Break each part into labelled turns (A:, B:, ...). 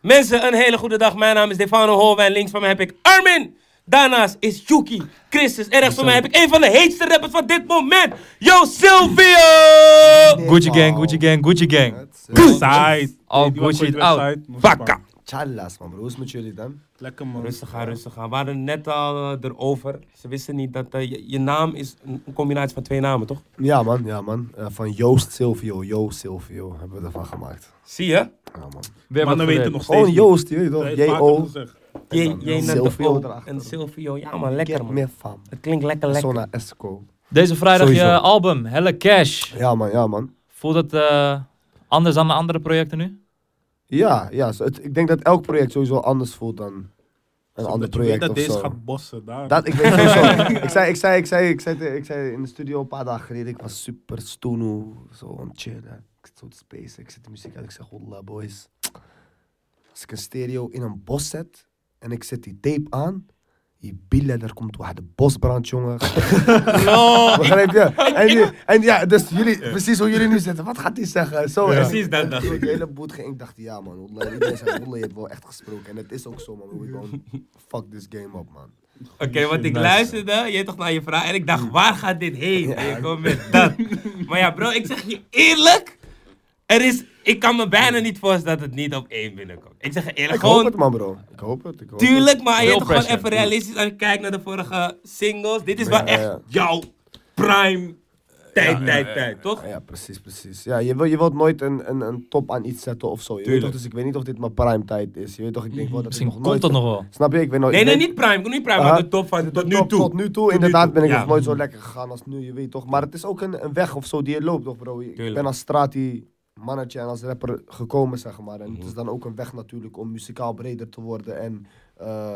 A: Mensen, een hele goede dag. Mijn naam is Defano Hove en links van mij heb ik Armin. Daarnaast is Yuki Christus. En rechts van mij heb ik een van de heetste rappers van dit moment. Yo, Silvio!
B: Gucci gang, Gucci gang, Gucci gang.
C: eh,
D: Side.
B: Al Gucci out. Bakka.
C: Tjallas man bro, hoe is het met jullie dan?
D: Lekker man.
A: Rustig aan, rustig aan. We hadden net al eh, erover. Ze wisten niet dat eh, je, je naam is een een combinatie van twee namen, toch?
C: Ja man, ja man. Eh, van Joost Silvio, Joost Silvio hebben we ervan gemaakt.
A: Zie je?
C: Ja man.
D: Maar dan weten we nog steeds
C: Gewoon
D: niet.
C: Joost, je weet
D: Dat
C: toch?
D: heeft vaker
C: J-O.
D: gezegd.
A: Je, je en de
C: Silvio
A: O
C: erachter.
A: en Silvio. Ja man, lekker
C: meer
A: man.
C: van.
A: Het klinkt lekker lekker.
C: Sona Esco.
B: Deze vrijdag je
A: Sowieso.
B: album, Helle Cash.
C: Ja man, ja man.
B: Voelt het eh, anders dan de andere projecten nu?
C: Ja, ja. zo- het- ik denk dat elk project sowieso anders voelt dan een ander
D: Dat je weet
C: project
D: dat
C: of
D: deze
C: zo.
D: gaat bossen daar.
C: Dat, ik weet sowieso. ik, zei, ik, zei, ik, zei, ik, zei, te- ik zei in de studio een paar dagen geleden, ik was super stoenu, zo aan het chillen. Ik zat zo te spacen, ik zet de muziek uit, ik zeg, holla boys. Als ik een stereo in een bos zet en ik zet die tape aan, je billen, daar komt de bosbrand, jongen. Begrijp je? En, die- en ja, dus jullie, precies hoe jullie nu zitten, wat gaat die zeggen? Zo, en-
A: Precies dat dacht
C: ik. heb de hele boot ging, ik dacht, ja man, Wallah, iedereen zei, Wallah, je hebt wel echt gesproken. En het is ook zo, man. We gewoon fuck this game up, man.
A: Oké, want ik luisterde, je toch naar je vraag en ik dacht,
C: Hmm.
A: waar gaat dit heen? En je komt met dat. Maar ja, bro, ik zeg je eerlijk, er is, ik kan me bijna niet voorstellen dat het niet op één binnenkomt. Ik zeg je eerlijk,
C: Ik hoop
A: gewoon,
C: het, man, bro. Ik hoop het. Ik hoop
A: tuurlijk, maar je
B: Real
A: toch gewoon
B: pressure.
A: even realistisch als je kijkt naar de vorige singles. Dit is wel
C: Ja,
A: echt
C: ja.
A: jouw prime tijd, tijd, tijd, toch?
C: het. Ja, precies, precies. Ja, je, wil, je wilt nooit een, een, een top aan iets zetten of zo. Je weet
A: Tuurlijk.
C: toch, dus ik weet niet of dit mijn prime tijd is. Je weet toch, ik denk wel dat ik
B: Misschien
C: nog nooit...
B: komt dat nog wel.
C: Snap je? Ik weet nooit...
A: Nee,
C: ik
A: nee,
C: weet-
A: niet prime, niet prime,
C: Aha.
A: maar de top van
C: De
A: tot nu
C: top
A: toe.
C: Tot nu toe,
A: nu
C: inderdaad,
A: toe,
C: ben ik
A: ja.
C: nog nooit zo lekker gegaan als nu, je weet toch. Maar het is ook een, een weg of zo die je loopt, toch bro. Ik
A: Tuurlijk.
C: ben als strati mannetje en als rapper gekomen, zeg maar. En
A: Mhm.
C: het is dan ook een weg natuurlijk om muzikaal breder te worden en... eh,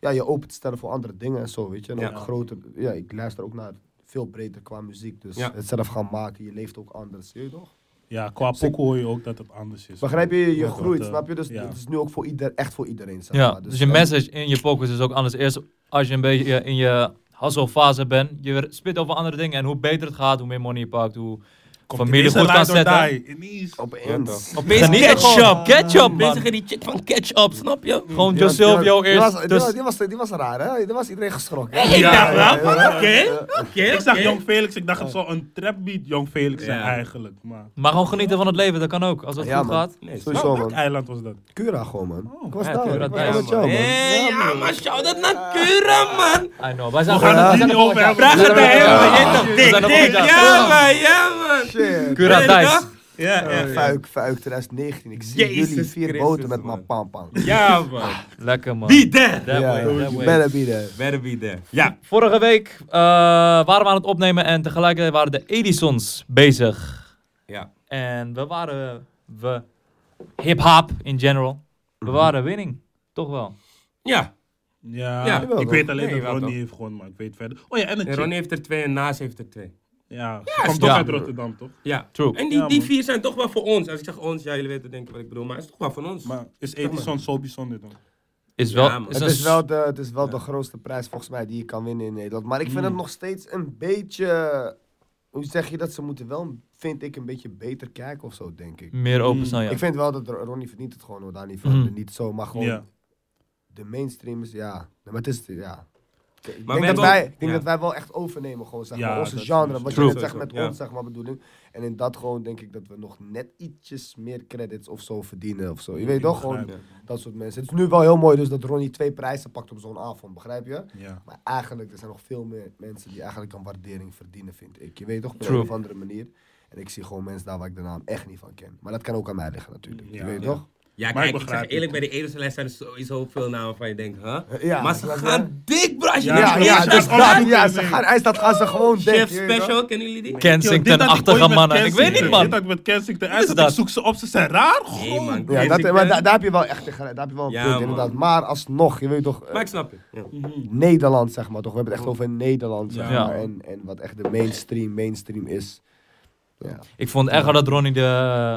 C: ja, je open te stellen voor andere dingen en zo, weet je. En
A: Ja.
C: ook groter, ja, ik luister ook naar veel breder qua muziek. Dus
A: Ja.
C: het zelf gaan maken, je leeft ook anders, je weet toch.
D: Ja, qua pokoe hoor je ook dat het anders
A: Dus
D: is.
C: Begrijp je? Je
D: Dat,
C: groeit,
D: eh,
C: snap je? Dus
D: ja.
C: het is nu ook voor ieder, echt voor iedereen, zeg
B: Ja,
C: maar.
B: dus je message in je focus is ook anders. Eerst als je een beetje eh, in je hustle fase bent, je spit over andere dingen. En hoe beter het gaat, hoe meer money je pakt, hoe
D: Komt
B: familie
D: ineens
B: goed
D: een
B: kan
D: ride or
B: zetten.
D: die, Ineens.
C: Oh, Opeens.
A: Opeens ketchup,
B: Ketchup, man.
A: Bezig in die check van ketchup, snap
C: Hmm.
A: je?
B: Gewoon
C: Ja,
B: Joseph,
C: die was-
B: jouw
C: die
B: eerst.
C: was- Die
B: dus-
C: was, die, was, die was raar, hè? Daar was iedereen geschrokken.
A: Ik dacht
C: ja,
A: wel, van, oké, nou, oké,
D: Ik zag
A: oké.
D: Jong Felix, ik dacht het zou een trapbeat Jong Felix zijn
A: Ja.
D: eigenlijk. Maar
B: maar gewoon genieten van het leven, dat kan ook. Als het
C: Ja,
B: goed
C: man.
B: gaat.
A: Nee,
C: Sowieso,
D: welk
C: man.
D: eiland was dat?
C: Cura
A: Oh.
C: gewoon, man. ik was
B: ja,
C: daar, man.
B: Cura
C: Ik was
B: daar,
C: daar met jou, man.
A: Hey, ja, maar shout-out naar Kura, man.
B: I know. Wij zijn
D: We gaan het hier niet over hebben.
A: Vraag het bij hem,
B: Ja.
A: man. Je toch
B: We zijn
A: dik,
B: nog
A: dik.
B: goed, ja.
A: Ja, man, ja, man.
C: Shit.
B: Cura
A: Ja,
B: Dijs.
A: toch? Ja, ja.
C: Fuik, fuik 2019. Ik zie
A: Jezus
C: jullie vier
A: Christus,
C: boten met
A: man.
C: mijn pampang.
A: Ja, man.
B: Lekker man.
A: Be there.
B: That
C: Ja,
B: way,
C: ja.
B: that way.
C: better be there.
A: Better be there. Ja.
B: Vorige week eh, waren we aan het opnemen en tegelijkertijd waren de Edisons bezig.
A: Ja.
B: En we waren we hip-hop in general. We waren winning. Toch wel.
A: Ja.
D: Ja,
A: Ja.
D: ik weet alleen
A: Nee,
D: dat
A: wel
D: Ronnie
A: toch.
D: heeft gewonnen, maar ik weet verder. Oh ja, en een
A: En
D: chick.
A: Ronnie heeft er twee en Naas heeft er twee.
D: Ja, ze komt toch
B: ja.
D: uit Rotterdam, toch?
A: Ja.
B: True.
A: En die,
D: Ja,
A: die
D: man.
A: vier zijn toch wel voor ons. Als ik zeg ons, ja, jullie weten denk ik wat ik bedoel. Maar het is toch wel van ons.
D: Maar is Edison zo bijzonder dan?
B: Is wel,
A: man.
B: is
C: Het
B: een
C: is
B: s-
C: wel, de, het is wel de grootste prijs volgens mij die je kan winnen in Nederland. Maar ik vind
B: Hmm.
C: het nog steeds een beetje... Hoe zeg je dat? Ze moeten wel, vind ik, een beetje beter kijken of zo, denk ik.
B: meer openstaan, ja.
C: Ik vind wel dat Ro- Ronnie verdient het gewoon, hoor. Daar niet van.
B: Mhm.
C: Niet zo, maar gewoon...
D: Ja.
C: de mainstream is, ja. Nee, Maar het is, ja. Ik- Ik
A: we
C: denk, dat
A: hebben
C: wij,
A: ook-
C: ik denk
A: ja.
C: dat wij wel echt overnemen, gewoon, zeg
D: Ja,
C: maar, onze
D: dat
C: genre.
D: is-
C: Wat
A: True.
C: je net zegt met
A: Sowieso, ja.
C: ons, zeg maar, bedoeling. En in dat gewoon denk ik dat we nog net ietsjes meer credits of zo verdienen of zo. Je weet toch, gewoon
D: begrijp
C: dat soort mensen. Het is nu wel heel mooi dus dat Ronnie twee prijzen pakt op zo'n avond, begrijp je?
D: Ja.
C: Maar eigenlijk, er zijn nog veel meer mensen die eigenlijk een waardering verdienen, vind ik. Je weet toch, op
B: True.
C: een of andere manier. En ik zie gewoon mensen daar waar ik de naam echt niet van ken. Maar dat kan ook aan mij liggen natuurlijk. Je
D: Ja.
C: weet
D: Ja.
C: toch?
A: Ja,
D: Maar ik
A: kijk, ik
D: begrijp
A: zeg
D: het.
A: eerlijk, bij de Edelse lijst zijn er sowieso veel namen van je denkt, huh?
C: Ja,
A: maar ze
C: dat is
A: gaan dik, bro. Als je
D: Ja,
A: niet
C: Ja,
A: meer
C: ja,
A: gaat,
C: dus
D: dat-
C: dat, ja, ze
D: nee.
C: gaan, hij staat, gaan ze gewoon
A: Chef
C: je weet toch?
A: Special, kennen jullie die?
B: Kensington, achtige mannen. Ik weet niet,
D: Dit had
B: man.
D: ik met Kensington
B: is
D: uit. dat
B: dat?
D: Ik zoek ze op, ze zijn raar.
A: Nee,
D: Gewoon.
A: man.
C: Ja, dat,
A: Kensington.
C: maar da- daar heb je wel echt daar heb je wel een
A: Ja,
C: punt,
A: man.
C: inderdaad. Maar alsnog, je weet toch, eh,
A: Maar ik snap het. Ja.
C: Mhm. Nederland zeg maar toch. We hebben het echt over Nederland zeg
B: Ja.
C: maar. En, en wat echt de mainstream, mainstream is. Ja,
B: Ik vond echt wel dat Ronnie de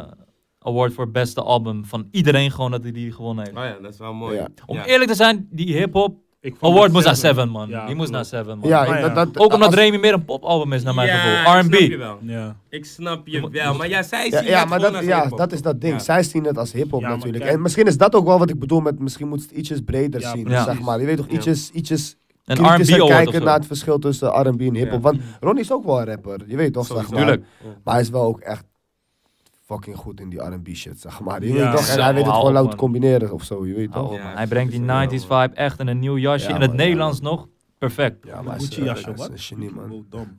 B: eh, award voor beste album van iedereen gewoon dat hij die gewonnen heeft.
A: Oh ja, dat is wel mooi.
C: Ja.
B: Om
A: Ja.
B: eerlijk te zijn, die hip-hop
D: Ik vond
B: Award
D: dat
B: moest naar Seven, man.
D: Ja,
B: Die moest naar
D: klopt.
B: Seven, man.
C: Ja,
D: Ah,
C: ik-
D: ja.
C: dat, dat,
B: Ook omdat
C: als-
B: Remy meer een popalbum is, naar mijn
A: Ja, ik
B: gevoel.
A: snap je
B: R&B.
A: wel.
D: Ja.
A: Ik snap je wel. Maar ja, zij
C: dus- Ja,
A: zien
C: ja,
A: dat
C: maar
A: gewoon
C: dat,
A: als
C: ja,
A: hiphop.
C: dat is dat ding.
A: Ja.
C: Zij zien het als hip-hop
D: Ja, maar
C: natuurlijk.
D: kijk-
C: En misschien is dat ook wel wat ik bedoel met misschien moet het ietsjes breder
D: Ja,
C: zien.
B: precies.
C: Zeg maar. Je weet toch,
A: Ja.
C: ietsjes, ietsjes
B: Een
C: kritischer
B: R&B award of
C: kijken naar
B: zo.
C: het verschil tussen R&B en hip-hop.
A: Ja.
C: Want Ronnie is ook wel een rapper. Je weet toch, zeg
A: Sowieso.
C: maar.
B: Tuurlijk.
C: Maar hij is wel ook echt fucking goed in die R&B shit, zeg maar. Je
D: Ja.
C: weet toch, en
B: Zo,
C: hij weet het
B: hou
C: gewoon
B: op,
C: leuk
B: man.
C: te combineren of zo. Je weet
B: Oh,
C: toch.
A: Ja,
B: man. Hij brengt die
C: dat is
B: 90s vibe echt in een nieuw jasje.
C: Ja,
B: in het
C: man, ja,
B: Nederlands nog. Perfect.
C: Ja, maar hij is,
D: Gucci
C: eh,
D: jasje,
C: hij is
D: wat?
C: een genie, man.
D: Wel dom.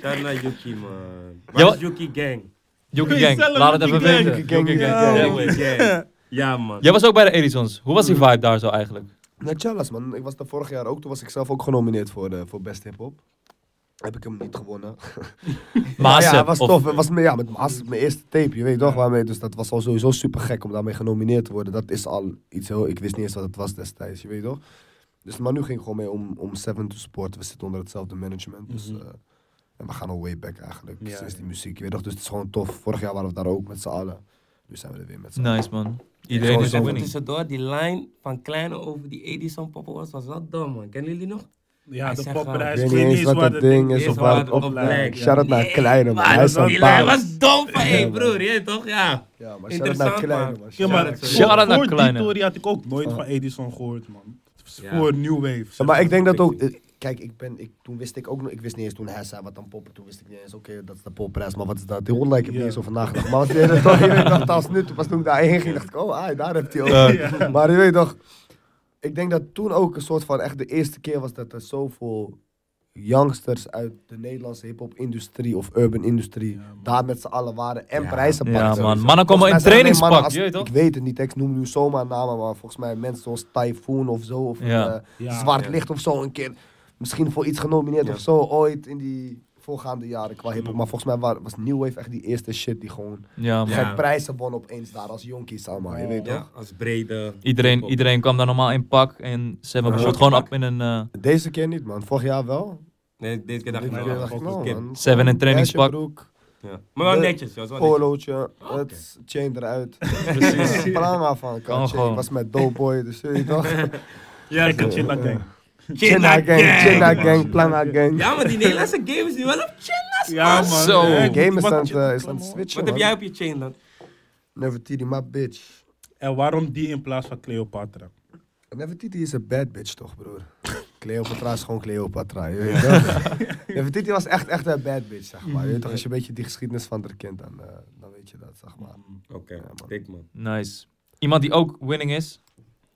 A: Dan naar Yuki, man.
B: Ja,
A: Wat
B: wat-
A: is Yuki Gang?
B: Yuki
D: Jezelf,
B: Gang, laat het
D: Yuki
B: even
D: Gang.
B: weten.
C: Yuki Gang,
B: Yuki
C: ja.
B: Gang,
C: Ja,
B: yeah,
A: Yuki
B: man.
A: Gang. Ja, man.
B: Jij was ook bij de Edisons. Hoe was die vibe daar zo eigenlijk?
C: Natchallas, man. Ik was daar vorig jaar ook. Toen was ik zelf ook genomineerd voor, eh, voor Best Hip-Hop. Heb ik hem niet gewonnen.
B: Maas,
C: ja, ja, was
B: of-
C: tof. Het Was, mijn- ja, met Maas, mijn eerste tape, je weet toch waarmee. Dus dat was al sowieso super gek om daarmee genomineerd te worden. Dat is al iets heel. Ik wist niet eens wat het was destijds, je weet toch? Dus, maar nu ging ik gewoon mee om, om Seven te supporten. We zitten onder hetzelfde management. Dus, eh, en we gaan al way back eigenlijk.
A: Mhm. Ja,
C: sinds die
A: ja.
C: muziek, je weet toch? Dus het is gewoon tof. Vorig jaar waren we daar ook met z'n allen. Nu zijn we er weer met
A: Nou,
C: z'n allen.
B: Nice, man. Iedereen
C: Gewoon
B: is
A: Even
C: zo.
B: winning.
A: tussendoor, die line van Kleine over die Edison Poppen was, was wel dom, man. Kennen jullie nog?
D: Ja,
A: Hij
D: de
A: zegt
D: popper.
A: gewoon,
C: Ik weet niet eens wat het ding is
A: is
C: of
A: waar
C: waar
A: het
C: het
A: op
C: op
A: lijkt.
C: lijkt. Shout-out naar
A: Nee,
C: Kleine, man.
A: maar
C: Hij is aan
A: Die
C: het
A: lijn
C: balen.
A: was dom van, hé broer, je weet toch? Ja.
C: Ja, maar shout-out naar
A: Interessant,
C: Kleine,
A: man.
C: man.
D: Ja, maar
A: Shout-out.
B: Shout-out naar
D: voor die
B: Kleine.
D: theorie had ik ook nooit
C: Ah.
D: van Edison gehoord, man.
A: Ja.
D: Voor New Wave. zeg
C: Ja, maar ik denk dat ook. eh, Kijk, ik ben, ik, toen wist ik ook nog. Ik wist niet eens toen hij zei wat dan poppen. Toen wist ik niet eens. Oké, dat is de popprijs. Maar wat is dat? Die online heb ik
D: Ja.
C: niet eens over nagedacht. Maar wat je weet toch, je weet toch, als nu, toen- pas toen ik daarheen ging, dacht ik, oh, ah, daar heb hij ook. Maar je weet toch. Ik denk dat toen ook een soort van echt de eerste keer was dat er zoveel youngsters uit de Nederlandse hip-hop industrie of urban industrie daar met z'n allen waren en prijzen
B: ja,
C: pakten.
B: man.
C: Volgens
B: Mannen komen
C: mij
B: in
C: zijn alleen
B: trainingspak,
C: mannen als-
B: je weet toch?
C: Ik weet het niet, ik noem nu zomaar namen, maar volgens mij mensen zoals Typhoon of zo, of
B: Ja.
C: eh,
D: Ja.
C: Zwart
A: Ja.
C: Licht of zo, een keer misschien voor iets genomineerd
A: Ja.
C: of zo, ooit in die voorgaande jaren qua hip-hop. Maar volgens mij wa- was New Wave echt die eerste shit die gewoon
B: Ja, man.
A: Ja.
C: gek prijzen won opeens daar als jonkies allemaal, je weet toch?
A: Ja, als brede.
B: Iedereen,
A: hiphop.
B: iedereen kwam daar normaal in pak. En Seven
C: Ja.
B: wordt gewoon op in een... eh,
C: Deze keer niet, man. Vorig jaar wel.
A: Nee, deze keer dacht ik
C: Dit
A: nou,
C: keer
A: ah,
C: dacht ik,
A: fuck
C: nou,
A: it,
C: man.
B: Seven in trainingspak.
C: Broek,
A: Ja. Maar wel
C: De-
A: netjes, was wel netjes.
C: polootje, het chain eruit.
B: Precies.
C: Ja, Prima van,
B: Kan
C: kan
B: gewoon.
C: Ik was met Doughboy, dus je weet toch?
D: Ja, ik kan Chilla Gang.
C: Chinna gang, Chinna gang, Plana gang.
A: Ja, maar die Nederlandse game is nu wel op Chinna's.
D: Ja, man.
B: Zo.
D: Ja, ik-
C: Game is
D: wat-
C: aan het, eh, is aan het switchen,
A: Wat heb jij
C: man.
A: op je chain dan?
C: Never Titi, my bitch.
D: En waarom die in plaats van Cleopatra?
C: Never Titi is een bad bitch, toch, broer? Cleopatra is gewoon Cleopatra, je weet toch? Never Titi was echt, echt een bad bitch, zeg maar. Je weet toch, als je een beetje die geschiedenis van haar kent, dan, eh, dan weet je dat, zeg maar.
A: Oké,
C: man.
A: dik man.
B: Nice. Iemand die ook winning is.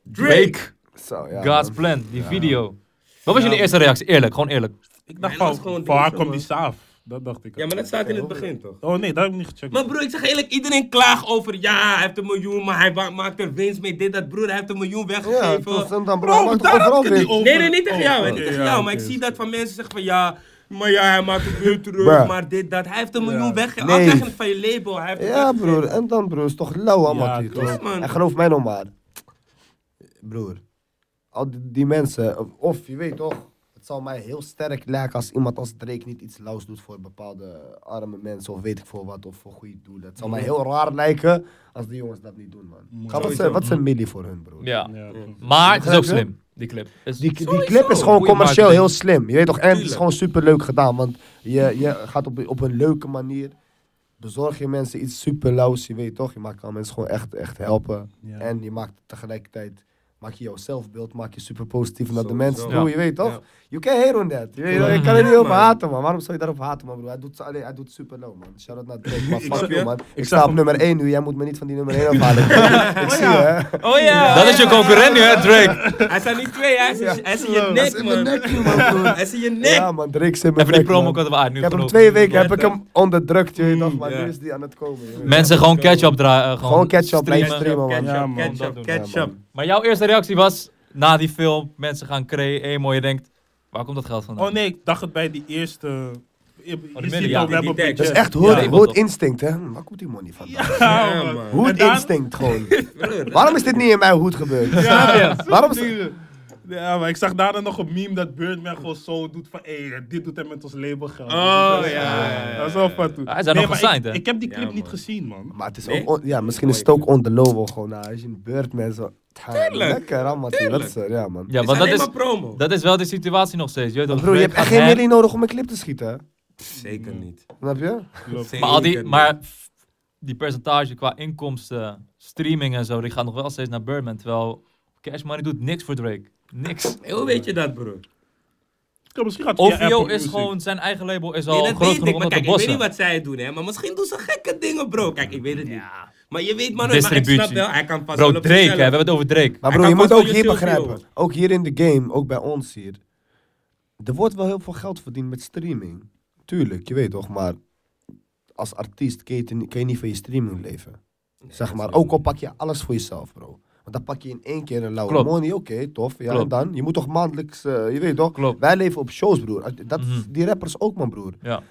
A: Drake.
C: Zo, ja.
B: God's
C: man.
B: Plan, die
C: Ja.
B: video. Wat was
D: Ja,
B: jullie eerste reactie? Eerlijk, gewoon eerlijk.
D: Ik
A: Mijn
D: dacht
A: was
D: van,
A: gewoon
D: van waar
A: deze,
D: Nou, komt die
A: man.
D: saaf? Dat dacht ik.
A: Ja, maar dat staat in het begin toch?
D: Oh nee, dat heb ik niet gecheckt.
A: Maar broer, ik zeg eerlijk, iedereen klaagt over ja, hij heeft een miljoen, maar hij wa- maakt er winst mee, dit, dat broer, hij heeft een miljoen
C: Ja,
A: weggegeven.
C: tot dan, dan,
D: Bro,
C: bro,
D: daar had
C: overal
D: ik het niet
C: weer.
D: over.
A: nee, nee, niet tegen
D: Oh,
A: jou, hè,
D: oké,
A: niet tegen
D: ja,
A: jou,
D: oké.
A: maar ik zie dat van mensen zeggen van ja, maar ja, hij maakt het weer terug,
C: Bruh.
A: maar dit, dat, hij heeft een miljoen
D: Ja.
A: weggegeven,
C: Nee.
A: nee. krijg je het van je label, hij heeft het
C: Ja,
A: weggegeven.
C: broer. En dan, broer, is toch lauw
D: Ja,
C: allemaal hier,
D: klopt.
C: toch?
A: Ja, man.
C: En geloof mij nog maar. Broer, al die, die mensen, of- of je weet toch, het zal mij heel sterk lijken als iemand als Drake niet iets lauws doet voor bepaalde arme mensen of weet ik voor wat, of voor goede doelen. Het zal mij heel raar lijken als die jongens dat niet doen, man. Ga, wat,
A: Sowieso.
C: zijn, wat zijn milli voor hun, broer?
B: Ja.
D: Ja, klopt.
B: Maar het is ook
C: Begrijp je?
B: slim, die clip. Is-
C: Die, die
A: Sowieso.
C: clip is gewoon
B: Goeie
C: commercieel heel
B: marketing.
C: slim. Je weet toch, en het is
A: Tuurlijk.
C: gewoon superleuk gedaan. Want je, je gaat op, op een leuke manier. Bezorg je mensen iets super lauws, je weet toch? Je maakt al mensen gewoon echt, echt helpen.
D: Ja.
C: En je maakt tegelijkertijd, maak je jouw zelfbeeld, maak je super positief naar de
A: Sowieso.
C: mensen toe,
B: Ja.
C: je weet toch?
A: Ja.
C: You can't hate on that. Je, weet, toch? je kan er niet op haten, man. Waarom zou je daarop haten, man, broer? Hij doet, alleen, hij doet super lauw, man. Shout out naar Drake, man. Fuck
A: snap
C: you,
A: je.
C: man. Ik,
D: snap
C: sta op
D: hem.
C: nummer 1 nu, jij moet me niet van die nummer 1 afhalen. ik zie je, hè?
A: Oh ja.
B: Dat is je concurrent nu, hè, Drake?
A: Hij staat niet twee, hij is, hij is in je
C: Dat is
A: nek,
C: in mijn
A: man.
C: nek, nu, man, broer.
A: Hij is in je nek.
C: Ja, man, Drake zit
B: Even die promo kunnen we uit nu.
C: Ik heb hem
B: genoeg.
C: twee weken heb
A: Ja,
C: ik hem onderdrukt, je weet toch, maar
A: Ja.
C: nu is die aan het komen. je weet
B: Mensen gewoon catch-up draaien. eh,
C: Gewoon catch-up, blijf
B: streamen.
C: streamen, man.
D: Ja,
A: Ketchup,
D: man,
A: ketchup,
B: dat
C: doen we,
A: ketchup.
C: man.
B: Maar jouw eerste reactie was, na die film, mensen gaan cree, emo, je denkt, waar komt dat geld vandaan?
D: Oh nee, ik dacht het bij die eerste. Oh, Je, je
B: midden,
D: ziet
B: ja.
D: al, we
A: Die- die tekst.
D: hebben
C: Dat
D: een
C: is
D: beetje.
C: echt
B: Ja,
C: hoe
B: ik
C: het-
B: wil
C: hoe het
B: toch.
C: instinct, hè. Waar komt die money vandaan?
D: Ja,
A: Ja,
D: man.
A: man.
C: Hoe het
D: En dan-
C: instinct, gewoon. Waarom is dit niet in mijn hoed gebeurd?
D: Ja, ja.
C: Waarom is-
D: Ja, maar ik zag daarna nog een meme dat Birdman gewoon zo doet van... Hé, dit doet hij met ons labelgeld.
A: Oh,
D: Dat is-
A: ja, ja, ja,
D: Dat is
A: ja,
D: wel
A: ja.
D: fat. toe.
B: Hij is daar nog
D: maar
B: gesigned,
D: ik,
B: hè?
D: ik heb die
A: Ja,
D: clip niet
A: man.
D: gezien, man.
C: Maar het is
A: Nee?
C: ook, on- ja, misschien is het ook on the low wel gewoon. nou, Als je een beurt, mensen.
A: Tuurlijk.
C: Lekker, allemaal.
A: Tuurlijk.
C: Dat is er, ja, man.
B: Ja,
A: Het is
B: want dat
A: alleen
B: is,
A: maar promo.
B: dat is wel de situatie nog steeds. Je weet, toch,
C: Bro, je
B: het
C: hebt echt
B: gaat
C: geen
B: her-
C: millie nodig om een clip te schieten, hè?
A: Zeker niet.
C: Snap je?
A: Zeker
B: Maar, al die,
A: niet.
B: maar f- die percentage qua inkomsten, streaming en zo, die gaat nog wel steeds naar Birdman. Terwijl Cash Money doet niks voor Drake. Niks.
A: Hoe weet je dat, broer?
D: Ja, misschien gaat het via
B: OVO
D: Apple
B: is
D: Music.
B: gewoon, zijn eigen label is
A: Nee,
B: al
A: dat
B: groot
A: weet
B: genoeg
A: ik.
B: om
A: Maar
B: dat te
A: kijk, ik weet niet
B: bossen.
A: wat zij doen, hè. Maar misschien doen ze gekke dingen, bro. Kijk, ik weet het niet. Maar je weet, man, maar ik
B: Distributie.
A: snap wel. Hij kan vast
B: Bro,
A: wel op
B: Drake, hè, we
A: zichzelf.
B: hebben het over Drake.
C: Maar
A: Hij
C: bro, je
A: kan
C: moet
A: vast
C: ook
A: wel
C: hier
A: YouTube,
C: begrijpen.
A: joh.
C: Ook hier in de game, ook bij ons hier. Er wordt wel heel veel geld verdiend met streaming. Tuurlijk, je weet toch, maar als artiest kun je, te ni- kun je niet van je streaming leven. Zeg maar, ook al pak je alles voor jezelf, bro. Want dan pak je in één keer een lauwe
B: Klopt.
C: money, oké, tof. Ja,
B: Klopt.
C: en dan? Je moet toch maandelijks, eh, je weet toch?
B: Klopt.
C: Wij leven op shows, broer. Dat,
B: Mhm.
C: Die rappers ook, man, broer.
B: Ja.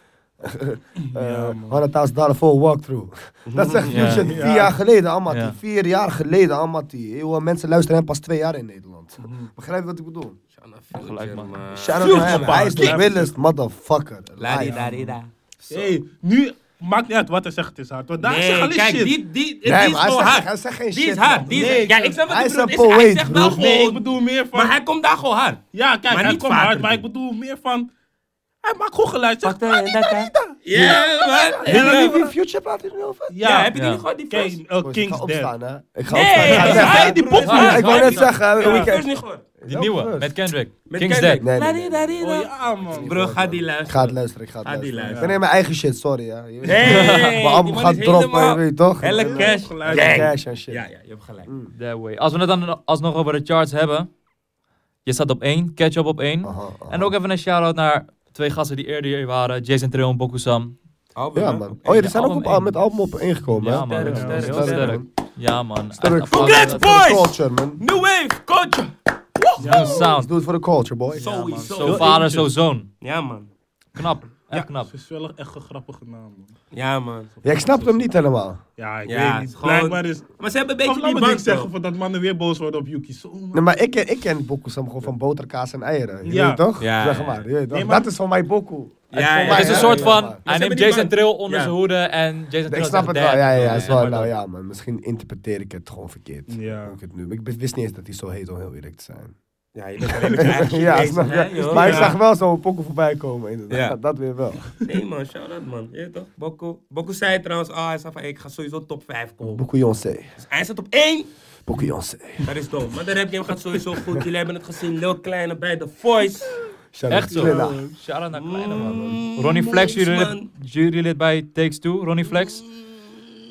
C: Eh 100.000 dollar voor een walkthrough. Dat zegt
B: Ja.
C: Fusion vier
D: Ja.
C: jaar geleden, Amati.
B: Ja.
C: Vier jaar geleden, Amati. Eeuw, mensen luisteren hem pas twee jaar in Nederland.
A: Mhm.
C: Begrijp je wat ik bedoel?
A: Shanna Future,
B: Gelijk, man.
A: man.
C: Shout-out naar hem. Hij is de
D: Fusion.
C: willest motherfucker. Live.
A: Ladidarida.
D: Hey, nu maakt niet uit wat hij zegt, het is hard. Want daar is hij
A: Nee,
D: al eens
A: kijk,
D: shit.
A: die, die, die
C: maar
A: is
C: hij
A: gewoon
C: zegt-
A: hard.
C: hij zegt geen
A: Die
C: shit,
A: is hard.
C: man.
A: Die is,
D: Nee,
A: ja, ik snap wat
C: hij
A: je
C: is een
A: bedoelt. Is- Hij
C: poëet,
A: zegt
C: broer.
A: wel
D: Nee, ik
A: Nou, gewoon...
D: bedoel meer van...
A: Maar hij komt daar gewoon hard.
D: Ja, kijk,
A: Maar
D: hij
A: niet
D: komt
A: vaker
D: hard, maar
A: doen.
D: ik bedoel meer van... Hij maakt goed geluid, zegt
A: Ja, man.
C: Weet je
A: Ja,
C: wie Future praat hier nu over?
A: Ja, heb je die
B: Ja.
A: gewoon die
D: Kijk,
A: first?
D: eh,
C: Boys, Ik
D: King's
C: ga
D: Dead.
C: opstaan, hè. Ik ga
A: Nee,
C: opstaan. Ik ga
A: hij is
C: zeggen,
A: hard,
C: hè.
A: broer.
C: Ik wou-
A: Hij is
C: Ik wou
A: hard.
C: net zeggen, hè,
A: Ja,
C: weekend.
A: first niet gehoord.
B: Die
C: Ja,
B: nieuwe,
C: first.
B: met Kendrick.
A: Met
B: King's
A: Kendrick.
B: Dead.
C: Nee, nee, nee.
A: Ladidarida.
D: Oh ja, man.
A: Bro, ga die
C: Ik ga het
A: luisteren.
C: luisteren, ik ga het
A: Ga die
C: luisteren. Ik
A: luisteren.
C: ben in mijn eigen shit, sorry. hè. Je weet-
A: Nee,
C: Mijn
A: die
C: album
A: man
C: gaat
A: is
C: droppen, je
A: helemaal-
C: weet toch?
A: Helle cash.
D: Gelijk.
A: Gang.
C: Cash en shit.
A: Ja, ja, je hebt gelijk.
C: Mm.
B: That way. Als we het dan alsnog over de charts hebben. Je staat op één, Ketchup op één.
C: Aha, aha.
B: En ook even een shout-out naar twee gasten die eerder hier waren. Jason Trail en Bokusam.
A: Album,
C: Ja,
A: hè?
C: man. Oh ja,
B: Ja,
C: er zijn ook
B: album
C: op, al-
B: één.
C: met album op ingekomen, hè?
B: Ja, man.
A: Sterk,
B: Ja,
A: sterk,
B: heel
A: sterk.
B: sterk. Ja, man.
C: Sterk.
B: Echt applaus.
A: Congrats,
C: Voor de
A: boys!
C: culture, man.
A: New wave, coach.
B: Ja,
A: Nou.
B: Sound.
C: Doe het voor de culture, boy.
B: Zo
A: Sowieso.
B: vader, zo zoon.
A: Ja, man.
B: Knap. Echt knap.
D: Het is wel een echt een grappige naam, man.
A: Ja, man.
C: Ja, ik snap hem niet helemaal.
D: Ja, ik
A: Ja,
D: weet
A: het
D: niet.
A: is gewoon-
D: Blijkbaar is...
A: Maar ze hebben een
D: Of
A: beetje
D: laat
A: die
D: me niks
A: band,
D: zeggen,
A: bro.
D: voordat mannen weer boos worden op Yuki. Zo, man.
C: Nee, maar ik, ken- ik ken Bokusam gewoon van boterkaas en eieren. Je
D: Ja.
C: weet toch?
A: Ja,
C: zeg
A: ja.
C: maar, je weet toch?
D: Nee, maar-
C: Dat is voor mij Boku.
A: Ja, ja,
C: voor
A: ja.
C: mij,
B: Het is een
C: hè,
B: soort
C: ja,
B: van,
C: maar-
B: hij
A: hebben
B: neemt
A: die
B: Jason
A: band-
B: Trail onder
A: Ja.
B: zijn hoede en Jason Trail
C: Ik snap
B: zegt
C: het wel, ja,
B: dad.
C: ja, ja, is
A: Ja,
C: wel,
A: maar
C: nou
A: dat-
C: ja man, misschien interpreteer ik het gewoon verkeerd.
D: Ja.
C: Hoe ik, het nu, ik wist niet eens dat hij zo heet om heel eerlijk te zijn.
A: Ja, je bent alleen met je eigen
C: ja,
A: bezig,
C: snap
A: hè,
C: je?
A: joh.
C: maar ik
A: Ja.
C: zag wel zo'n pokken voorbij komen inderdaad,
A: Ja.
C: dat weer wel.
A: Nee man, shout out man. Je weet toch? Bokko. Bokko zei trouwens, ah, hij zei van, ik ga sowieso top 5 komen.
C: Boku Jonsé,
A: Dus hij zit op 1.
C: Boku Jonsé.
A: Dat is dom. Maar de rap game gaat sowieso goed. Jullie hebben het gezien. Lil Kleine bij The Voice.
B: Echt zo.
C: Slenna.
A: Oh,
B: Shout-out naar Kleine,
A: Mm,
B: man. Ronnie Flex,
A: nice,
B: jurylid,
A: man.
B: jurylid bij Takes Two. Ronnie Flex.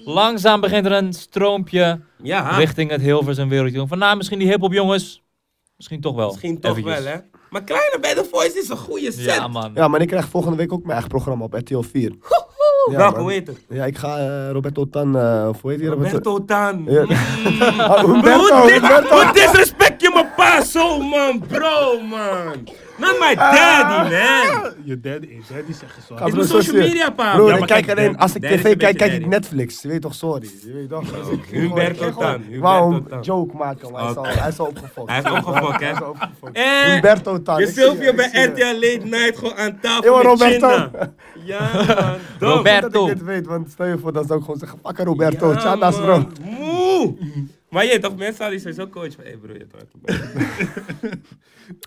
B: Langzaam begint er een stroompje
A: Ja, ha.
B: richting het Hilversum wereldje. Van nou, misschien die hip-hop jongens. Misschien toch wel.
A: misschien toch
B: Eventjes.
A: wel hè. Maar Kleine bij The Voice is een goede set.
B: Ja, man.
C: Ja, maar ik krijg volgende week ook mijn eigen programma op RTL 4. Ja,
A: Welke
C: man.
A: weet het?
C: Ja, ik ga eh, Roberto Tan, eh, of hoe heet die?
A: Roberto Tan.
C: Ja.
A: Mm.
C: Ah,
A: Bro,
C: Humberto,
A: hoe, dis-
C: Humberto.
A: hoe disrespect je mijn pa zo, man? Bro, man. Not my
C: Ah.
A: daddy, man.
D: Ah, Je daddy, je daddy zegt het zo.
C: Ja,
A: Is mijn
C: broer, zo
A: social
C: serieus.
A: media, pa.
C: Broer,
A: Ja,
C: ik
A: maar
C: kijk
A: kijk,
C: alleen,
A: Dan-
C: als ik
A: Dan is
C: tv
A: een
C: kijk,
A: beetje
C: kijk ik
A: Daddy.
C: Netflix. Je weet toch, sorry. Je weet toch. Dus ik-
A: Humberto
C: ik- ik-
A: Tan,
C: ik-
A: Humberto
C: Waarom?
A: Tan.
C: Joke maken, maar hij is al-
A: Oké.
C: hij is al opgefokt.
A: Hij is opgefokt, hè?
C: Hij is al opgefokt.
A: Eh,
C: Humberto Tan.
A: Je
C: ik zie je,
A: Sylvia
C: ik zie
A: bij
C: je.
A: RTL Late Night gewoon aan tafel
C: Eeuw,
A: met
C: Roberto.
A: Chinna. Ja, man. Dom.
B: Robert-
C: Dat ik
B: Roberto.
C: dit weet, want stel je voor dat ze ook gewoon zeggen, fucker Roberto,
A: Ja,
C: Chana's
A: man.
C: bro.
A: Moe. Maar je toch, mensen hadden sowieso coach van, hé broer, je toch.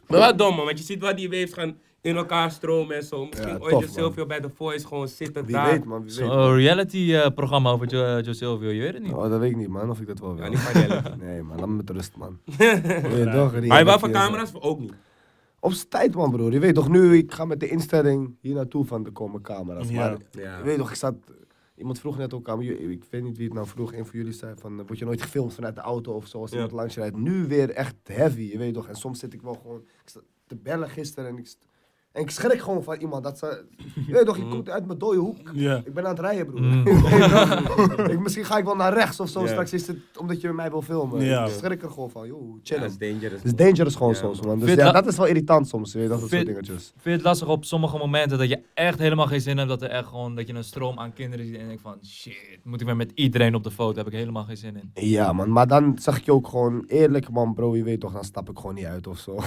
A: Maar wel dom man, want je ziet wel die waves gaan in elkaar stromen en zo. Misschien
C: Ja, tof,
A: ooit je
C: man.
A: Sylvia bij The Voice gewoon zitten
C: Wie
A: daar.
C: weet man, wie weet.
B: Zo'n reality-programma over Jo- Jo Silvio, je weet het niet.
C: Oh, dat weet ik niet man, of ik dat wel wil.
A: Ja, niet van Jelle.
C: Nee man, laat me met rust man. Je weet toch,
A: Maar je
C: Ria,
A: wel van
C: dat je-
A: camera's? Ook niet.
C: Op z'n tijd man broer, je weet toch nu, ik ga met de instelling hier naartoe van de komen camera's.
D: Ja.
C: Maar
A: Ja.
C: je weet toch, ik zat, iemand vroeg net ook aan me, ik weet niet wie het nou vroeg, een van jullie zei van, eh, word je nooit gefilmd vanuit de auto of zo als
A: Ja.
C: iemand langs je rijdt. Nu weer echt heavy, je weet toch. En soms zit ik wel gewoon ik sta te bellen gisteren en ik, st- en ik schrik gewoon van iemand dat ze, je weet toch, je komt uit mijn dode hoek.
D: Ja.
C: Ik ben aan het rijden broer.
B: Mm.
C: Je weet toch? ik, misschien ga ik wel naar rechts of zo,
A: Ja.
C: straks is het omdat je mij wil filmen.
D: Ja.
C: Ik schrik er gewoon van, joh, chill.
A: Ja, dat
C: Het
A: is dangerous.
C: is
A: man.
C: dangerous gewoon
A: Ja,
C: soms,
A: man.
C: man. Dus
B: Vind
C: ja,
B: la-
C: dat is wel irritant soms, je weet toch, dat soort
B: Vind-
C: dingetjes.
B: Vind je het lastig op sommige momenten dat je echt helemaal geen zin hebt dat er echt gewoon dat je een stroom aan kinderen ziet en denkt van shit, moet ik weer met iedereen op de foto? Heb ik helemaal geen zin in.
C: Ja, man, maar dan zeg ik je ook gewoon eerlijk, man, bro, je weet toch, dan stap ik gewoon niet uit of zo.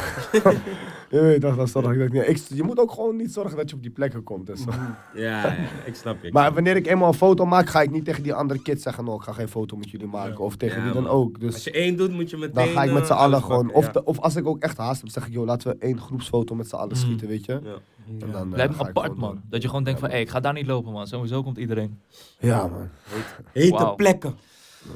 C: je weet toch, dan zorg ik dat ik niet. Ik, je moet ook gewoon niet zorgen dat je op die plekken komt en zo.
A: Ja, ja, ik snap je.
C: Maar wanneer ik eenmaal een foto maak, ga ik niet tegen die andere kids zeggen: Oh, ik ga geen foto met jullie maken. Of tegen
A: Ja,
C: wie dan
A: man.
C: ook.
A: Als
C: Dus
A: je één doet, moet je meteen...
C: dan ga ik met
A: eh,
C: z'n allen
A: alles
C: gewoon.
A: pakken,
C: Of,
A: ja.
C: de- of als ik ook echt haast heb, zeg ik: Joh, laten we één groepsfoto met z'n allen schieten, weet je?
A: Ja.
C: En dan, eh,
B: Blijf
C: ga ik
B: apart,
C: gewoon
B: man. Dat je gewoon denkt van, hé, ik ga daar niet lopen, man. Sowieso komt iedereen.
C: door. Ja, man.
A: Hete
B: Wauw.
A: plekken.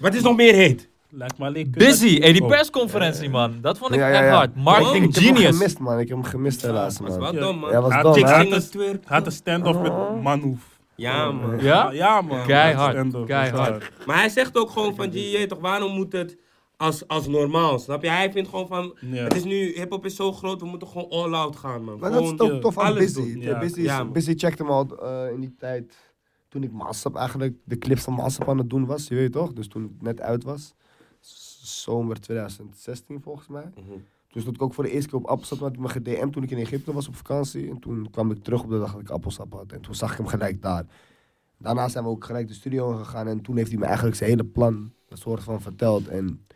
A: Wat is nog meer heet?
D: Lijkt me alleen kunnen
B: Busy! Hé, die
D: Oh.
B: persconferentie, man. Dat vond ik
C: Ja, ja,
B: echt
C: ja.
B: hard. Marketing
C: Ik heb hem
B: genius.
C: gemist, man. Ik heb hem gemist, helaas,
A: Dat is wel
C: man.
A: dom, man.
C: Ja, was
D: Ah,
C: dom,
D: chicks
C: hè?
D: ging
A: Singles twerk.
D: Hij had een stand-off met Manhoef.
A: Ja, man.
B: Ja?
D: Ja, man.
B: Keihard,
D: Stand-off.
B: keihard.
A: Maar hij zegt ook gewoon van, die, je toch, waarom moet het als, als normaal, snap je? Hij vindt gewoon van,
D: Ja.
A: het is nu, hiphop is zo groot, we moeten gewoon all-out gaan, man.
C: Maar dat is
A: Gewoon-
C: toch
D: je
C: tof aan
A: alles
C: Busy.
A: doen.
C: De
D: Ja.
C: Busy,
A: Ja, man.
C: Busy checkte me al eh, in die tijd. Toen ik Massap eigenlijk, de clips van Massap aan het doen was, je weet toch? Dus toen het net uit was. s- Zomer 2016 volgens mij.
A: Mhm.
C: Toen stond ik ook voor de eerste keer op appelsap. Toen had hij me gedm toen ik in Egypte was op vakantie. En toen kwam ik terug op de dag dat ik appelsap had. En toen zag ik hem gelijk daar. Daarna zijn we ook gelijk de studio gegaan. En toen heeft hij me eigenlijk zijn hele plan een soort van verteld. En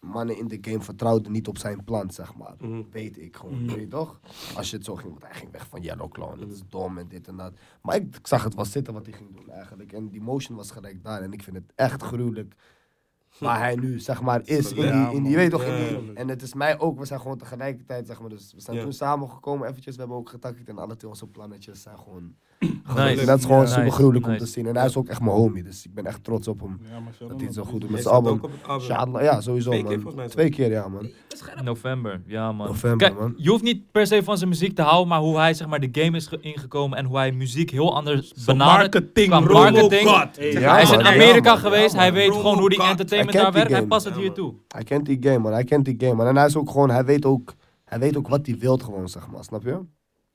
C: mannen in de game vertrouwden niet op zijn plan, zeg maar.
A: Mhm.
C: Weet ik gewoon, weet je toch? Als je het zo ging, want hij ging weg van Yellow Clown.
A: Mm.
C: Dat is dom en dit en dat. Maar ik, ik zag het wel zitten wat hij ging doen eigenlijk. En die motion was gelijk daar. En ik vind het echt gruwelijk waar hij nu zeg maar is. In die, in die, je weet toch, in die- en het is mij ook, we zijn gewoon tegelijkertijd, zeg maar, dus we zijn
A: Ja.
C: toen samengekomen eventjes, we hebben ook getakt en alle twee onze plannetjes zijn gewoon...
B: Nice.
C: En dat is gewoon
B: Nice.
C: super gruwelijk om
B: Nice.
C: te zien. En hij is ook echt mijn homie, dus ik ben echt trots op hem.
D: Ja, maar shout-out
C: Dat hij het zo
D: naar
C: goed doet
A: Hij
C: met
A: staat
C: zijn album.
A: ook op het album.
C: Shadla- ja, sowieso
A: Twee keer
C: man.
A: volgens mij
C: Twee keer, ja man.
B: November, ja man.
C: November,
B: Kijk,
C: man.
B: je hoeft niet per se van zijn muziek te houden, maar hoe hij zeg maar de game is ge- ingekomen en hoe hij muziek heel anders benadert.
D: marketing, Oh,
B: qua
D: Robo
B: marketing.
A: God.
D: Hey,
B: Zeg
C: Ja,
B: maar, hij is
C: man.
B: in
C: Ja,
B: Amerika
C: man.
B: geweest,
C: Ja,
B: hij
C: man.
B: weet
A: Robo
B: gewoon hoe die
A: God.
B: entertainment
C: Hij
B: daar
C: kent
B: werkt.
C: die
B: Hij
C: game.
B: past het
A: Ja,
B: hier
A: man.
B: toe.
C: Hij kent die game man, hij kent die game man. En hij is ook gewoon, hij weet ook, hij weet ook wat hij wilt gewoon, zeg maar, snap je?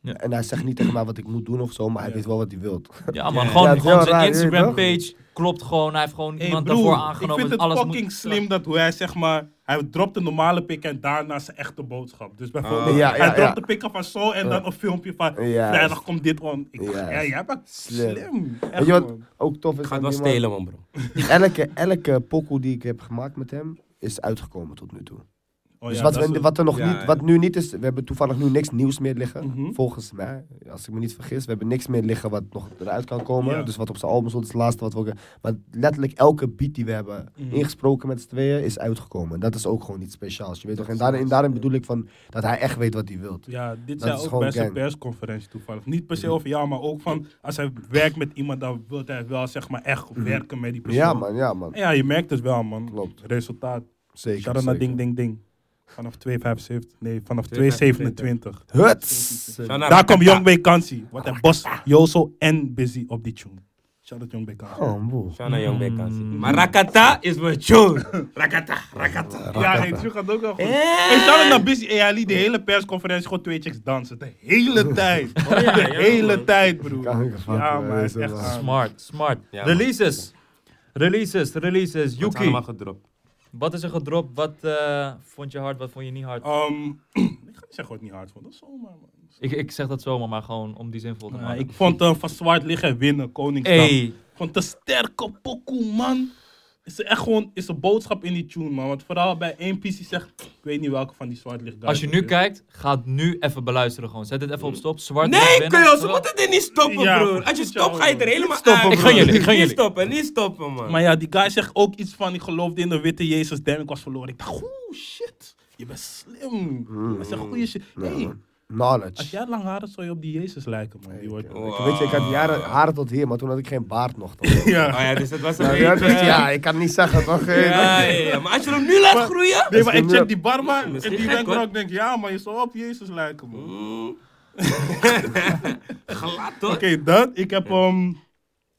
B: Ja.
C: En hij zegt niet tegen mij wat ik moet doen of zo, maar hij weet wel wat hij wilt.
D: Oh.
B: Ja man,
C: Ja,
B: gewoon,
C: het is
B: gewoon
C: heel raar,
B: zijn
C: je weet
B: Instagram
C: toch?
B: page klopt gewoon. Hij heeft gewoon
D: Hey,
B: iemand
D: broer,
B: daarvoor aangenomen.
D: Ik vind het
B: alles moet-
D: fucking slim dat hoe hij zeg maar. Hij dropt een normale pick en daarna zijn echte boodschap. Dus bijvoorbeeld,
C: Ah. Ja, ja,
D: hij dropt
C: ja.
D: de pick van zo en dan een filmpje van
C: Ja.
D: vrijdag komt dit on. Ik dacht,
C: Ja.
D: ja, jij bent
C: Slim.
D: slim.
C: Weet
D: Echt, oh
C: je wat
D: man.
C: ook tof is?
A: Gaat
C: aan
A: wel
C: die man?
A: stelen, man, bro.
C: elke, elke pokoe die ik heb gemaakt met hem is uitgekomen tot nu toe.
D: Oh,
C: dus
D: ja,
C: wat,
D: dat is
C: we,
D: een-
C: wat er nog
A: ja,
C: niet,
A: ja.
C: wat nu niet is, we hebben toevallig nu niks nieuws meer liggen.
D: Mhm.
C: Volgens mij, als ik me niet vergis, we hebben niks meer liggen wat nog eruit kan komen.
D: Ja.
C: Dus wat op zijn album stond, is het laatste wat we ook. Maar letterlijk elke beat die we hebben
D: Mhm.
C: ingesproken met z'n tweeën is uitgekomen. Dat is ook gewoon iets speciaals. Je weet toch? En daarin, daarin bedoel ik van dat hij echt weet wat hij wilt.
D: Ja, dit
C: Dat
D: zijn
C: is
D: ook
C: gewoon
D: best een
C: gang.
D: persconferentie toevallig. Niet per se over jou, maar ook van als hij werkt met iemand, dan wil hij wel zeg maar echt werken met die persoon.
C: Mhm. Ja, man, ja, man.
D: En Ja, je merkt het wel, man.
C: Klopt.
D: Resultaat.
C: Zeker.
D: Shout out naar
C: zeker.
D: Ding Ding Ding. Vanaf 2,75. Nee, vanaf
A: 2,25.
D: 2,27.
C: Huts!
A: Ga naar
D: Daar komt Young Vakantie. Wat een Bos, Joso en Busy op die tune. Shout out Young Vakantie.
C: Oh, boe.
A: Ga naar Young Bekansi.
C: Mm.
A: Maar Rakata is mijn tune. Rakata, Rakata.
D: Ja, hey, tune gaat ook wel goed.
A: Eh.
D: Hey, shout out naar Busy. Hey, hij liet de hele persconferentie gewoon twee chicks dansen. De hele tijd.
A: ja,
D: de
A: ja,
D: hele
A: man.
D: tijd, broer.
C: Kan ik ervan
D: Ja, maar hij is
C: wijzen,
D: echt
C: man.
D: aan.
B: Smart, smart.
A: Ja, man.
B: releases. Releases, releases.
A: Wat is
B: Yuki,
A: allemaal gedropt.
B: wat is er gedropt? Wat eh, vond je hard, wat vond je niet hard?
D: Ehm, ik ga niet zeggen wat ik niet hard vond. Dat is zomaar, man.
B: Ik, ik zeg dat zomaar, maar gewoon om die zinvol te
D: Ja,
B: maken.
D: ik vond eh, Van Zwart liggen en winnen, Koningsdag.
B: Ey.
D: Ik vond een sterke pokoe, man. Is er echt gewoon is een boodschap in die tune, man. Want vooral bij één PC zegt, ik weet niet welke van die Zwart ligt.
B: Als je nu kijkt, ga het nu even beluisteren gewoon. Zet dit even
C: Mm.
B: op stop. Zwart
A: Nee,
B: licht winnen.
A: Kyo, ze moeten dit niet stoppen,
D: Ja,
A: broer. Als je
D: goed zo,
A: stopt, ga je er
D: man.
A: helemaal
C: stoppen,
A: uit.
B: Ik gun jullie, ik gun
A: Niet
B: jullie.
A: stoppen, niet stoppen, man.
D: Maar ja, die guy zegt ook iets van, ik geloofde in de witte Jezus, damn, ik was verloren. Ik dacht, oeh, shit. Je bent slim. Dat is een goede shit.
C: Hmm. Ja,
D: Hey,
C: man. Knowledge.
D: als jij lang haren zou je op die Jezus lijken, man. Die wordt...
A: Wow.
C: Ik weet je, ik had jaren, haren tot hier, maar toen had ik geen baard nog. toch?
A: Oh ja, dus dat was een
C: Ja,
A: beetje...
C: ja, dus ja, ik kan niet zeggen toch? eh,
A: Ja, ja, ja. Maar als je hem nu laat groeien...
D: Nee, maar
C: Misschien-
D: ik
C: Hmm.
D: check die barman en
A: Misschien
D: die
A: gek,
D: denkt
A: hoor.
D: ook, denk ja, maar je zou op Jezus lijken, man.
A: Mm. Glad, toch?
D: Oké, dat. Ik heb, ehm,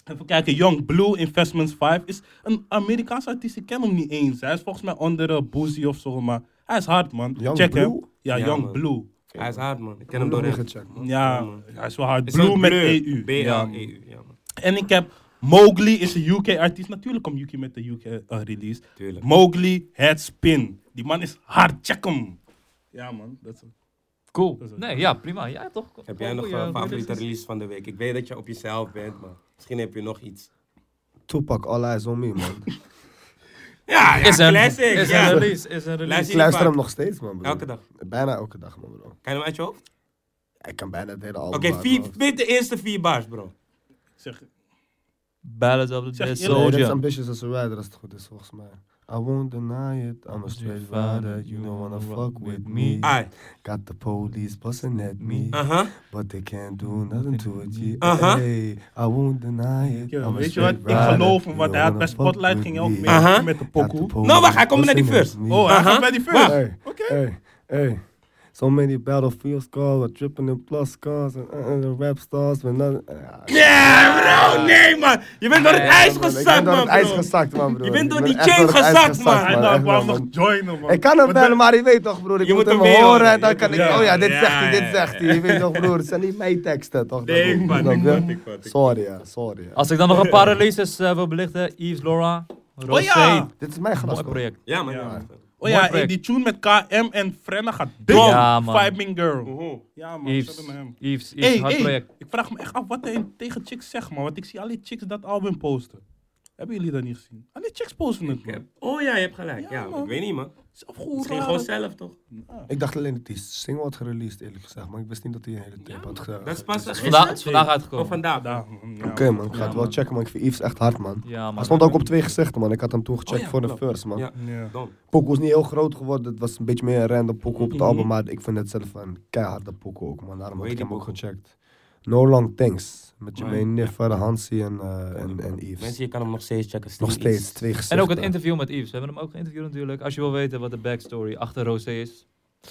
D: even kijken, Young Blue Investments 5 is een Amerikaanse artiest. Ik ken hem niet eens. Hij is volgens mij onder eh, Boozy of zo, maar hij is hard, man.
C: Young
D: Check hem.
C: Blue?
D: Ja,
A: Ja,
D: Young
A: man.
D: Blue.
A: Hij is hard, man. Ik ken
C: Ik
A: hem
C: heb nog
A: doorheen.
C: niet gecheckt, man.
D: Ja,
A: man.
D: hij is wel hard.
A: Is
D: Blue
A: ook
D: met
A: bleu.
D: EU.
A: BL,
D: Ja, man.
A: EU, E ja, man.
D: En ik heb Mowgli is een UK-artiest. Natuurlijk komt UK met de UK-release.
A: Tuurlijk.
D: Mowgli Headspin. Die man is hard. Check hem. Ja, man. Dat is hem.
B: Cool.
D: is het.
B: Nee, ja, prima. Ja, toch?
A: Heb jij
D: Oh,
A: nog een
C: eh,
A: favoriete release van de week? Ik weet dat je op jezelf bent, maar misschien heb je nog iets.
C: Toepak, all eyes on me, man.
A: Ja, ja,
B: Is een,
A: classic.
B: is
A: ja.
B: een release, is een release.
A: Luister
C: ik
A: je
C: luister
A: vaak?
C: hem nog steeds, man. Bro.
A: Elke dag.
C: Bijna elke dag, man, bro.
A: Kan je hem uit je hoofd?
C: Ik kan bijna het hele album.
A: Oké,
C: uit mijn
A: vier-
C: hoofd.
A: spit de eerste vier bars, bro.
D: Zeg,
B: Ballads of the
D: Zeg
B: Dead
D: eerlijk,
C: Nee, dat is
B: Soldier.
C: ambitious as a rider als het goed is, volgens mij. I won't deny it, I'm a straight rider, you don't wanna fuck with me.
A: Ai.
C: Got the police busting at me,
A: Aha.
C: but they can't do nothing to it. yeah.
A: Aha.
C: Hey, I won't deny it,
D: yo,
C: I'm a
D: weet je wat?
C: straight
D: Ik
C: rider,
D: geloof hem,
C: you
D: want hij
C: don't
D: had
C: wanna
D: bij
C: fuck
D: Spotlight
C: with
D: ging hij ook
C: me.
D: mee
A: Aha.
D: met de
C: Got the
D: pokoe.
C: police
A: maar Nou, hij komt naar die
C: busting at
A: verse.
C: me.
D: Oh, hij
A: Aha.
D: gaat bij die
A: Wacht.
D: first.
C: Hey, hey, hey. So many battlefield scars, a tripping and plus scars, and, and the rap stars, but none. Ah,
A: Yeah, bro, nee, man. Je bent door het ijs
C: man, Ik ben
A: gezakt,
C: door
A: man,
C: het ijs
A: bro.
C: gezakt, man, broer.
A: Je bent door
C: Ik
A: die
C: echt
A: chain
C: door het ijs
A: gezakt, man.
C: man,
D: Hij
C: echt
D: dacht,
C: wel,
D: waarom nog
C: man.
D: joinen, man?
C: Ik kan hem
D: Want
C: bellen,
D: dat-
C: maar ik weet toch, broer. Ik
A: Je
C: moet
A: moet
C: hem
A: hem weer
C: horen en dan
A: horen.
C: kan ik...
A: Ja,
C: Oh ja, dit
A: ja,
C: zegt hij,
A: ja,
C: dit
A: ja.
C: zegt hij. Je weet toch, broer. Het zijn niet mijn teksten, toch?
A: Nee, ik
C: Snap
A: vat, ik
C: je?
A: vat, ik vat, ik
C: Sorry, ja. Sorry, ja.
B: Als ik dan nog een paar releases eh, wil belichten. Yves, Laura, Rosé.
D: Oh ja!
C: Dit is mijn glas.
B: Mooi project.
A: Ja, man.
D: Ja.
A: Ja.
D: Oh ja,
B: project.
D: hey, die tune met KM en Frenna gaat dik.
B: Ja, man.
D: Vibing Girl. Ja, man.
B: Yves,
D: shout out naar hem.
B: Yves, Yves,
D: Hey,
B: hard
D: hey,
B: project.
D: ik vraag me echt af wat hij tegen chicks zegt, man. Want ik zie al die chicks dat album posten. Hebben jullie dat niet gezien? Al die chicks posten het, man.
A: Oh ja, je hebt gelijk.
D: Ja,
A: Ja,
D: man.
A: ik weet niet, man.
D: Het is afgehoord.
A: Misschien gewoon zelf, toch?
C: Ik dacht alleen dat die single had gereleased, eerlijk gezegd. Maar ik wist niet dat hij een hele tape had gedaan.
A: Dat is pas
B: Vandaag,
A: gisteren.
B: is vandaag
A: Of
B: uitgekomen.
A: vandaag.
D: Daar, man. Ja,
C: Oké, man. Ik ga het wel checken, man. Ik vind Yves echt hard, man.
B: Ja, man.
C: Hij stond ook op twee gezichten, man. Ik had hem toen gecheckt
A: Oh ja,
C: voor de
A: klopt.
C: first, man.
A: Ja.
D: Ja.
A: Dom.
C: Poco is niet heel groot geworden. Het was een beetje meer een random Poco op het album. Maar ik vind het zelf een keiharde Poco ook, man. Daarom
A: Mhm. Hoe
C: heb
A: heet
C: ik
A: die Oh
C: hem ook
A: pokoe?
C: gecheckt. No Long Thanks. Met
A: Maar-
C: Jermaine Niffer, Hansi en, eh, en, en Yves.
A: Mensen, je kan hem nog steeds checken. Steam
C: Nog steeds
A: Eats.
C: twee gezichten.
B: En ook het interview met Yves. We hebben hem ook geïnterviewd natuurlijk. Als je wil weten wat de backstory achter Rosé is. Je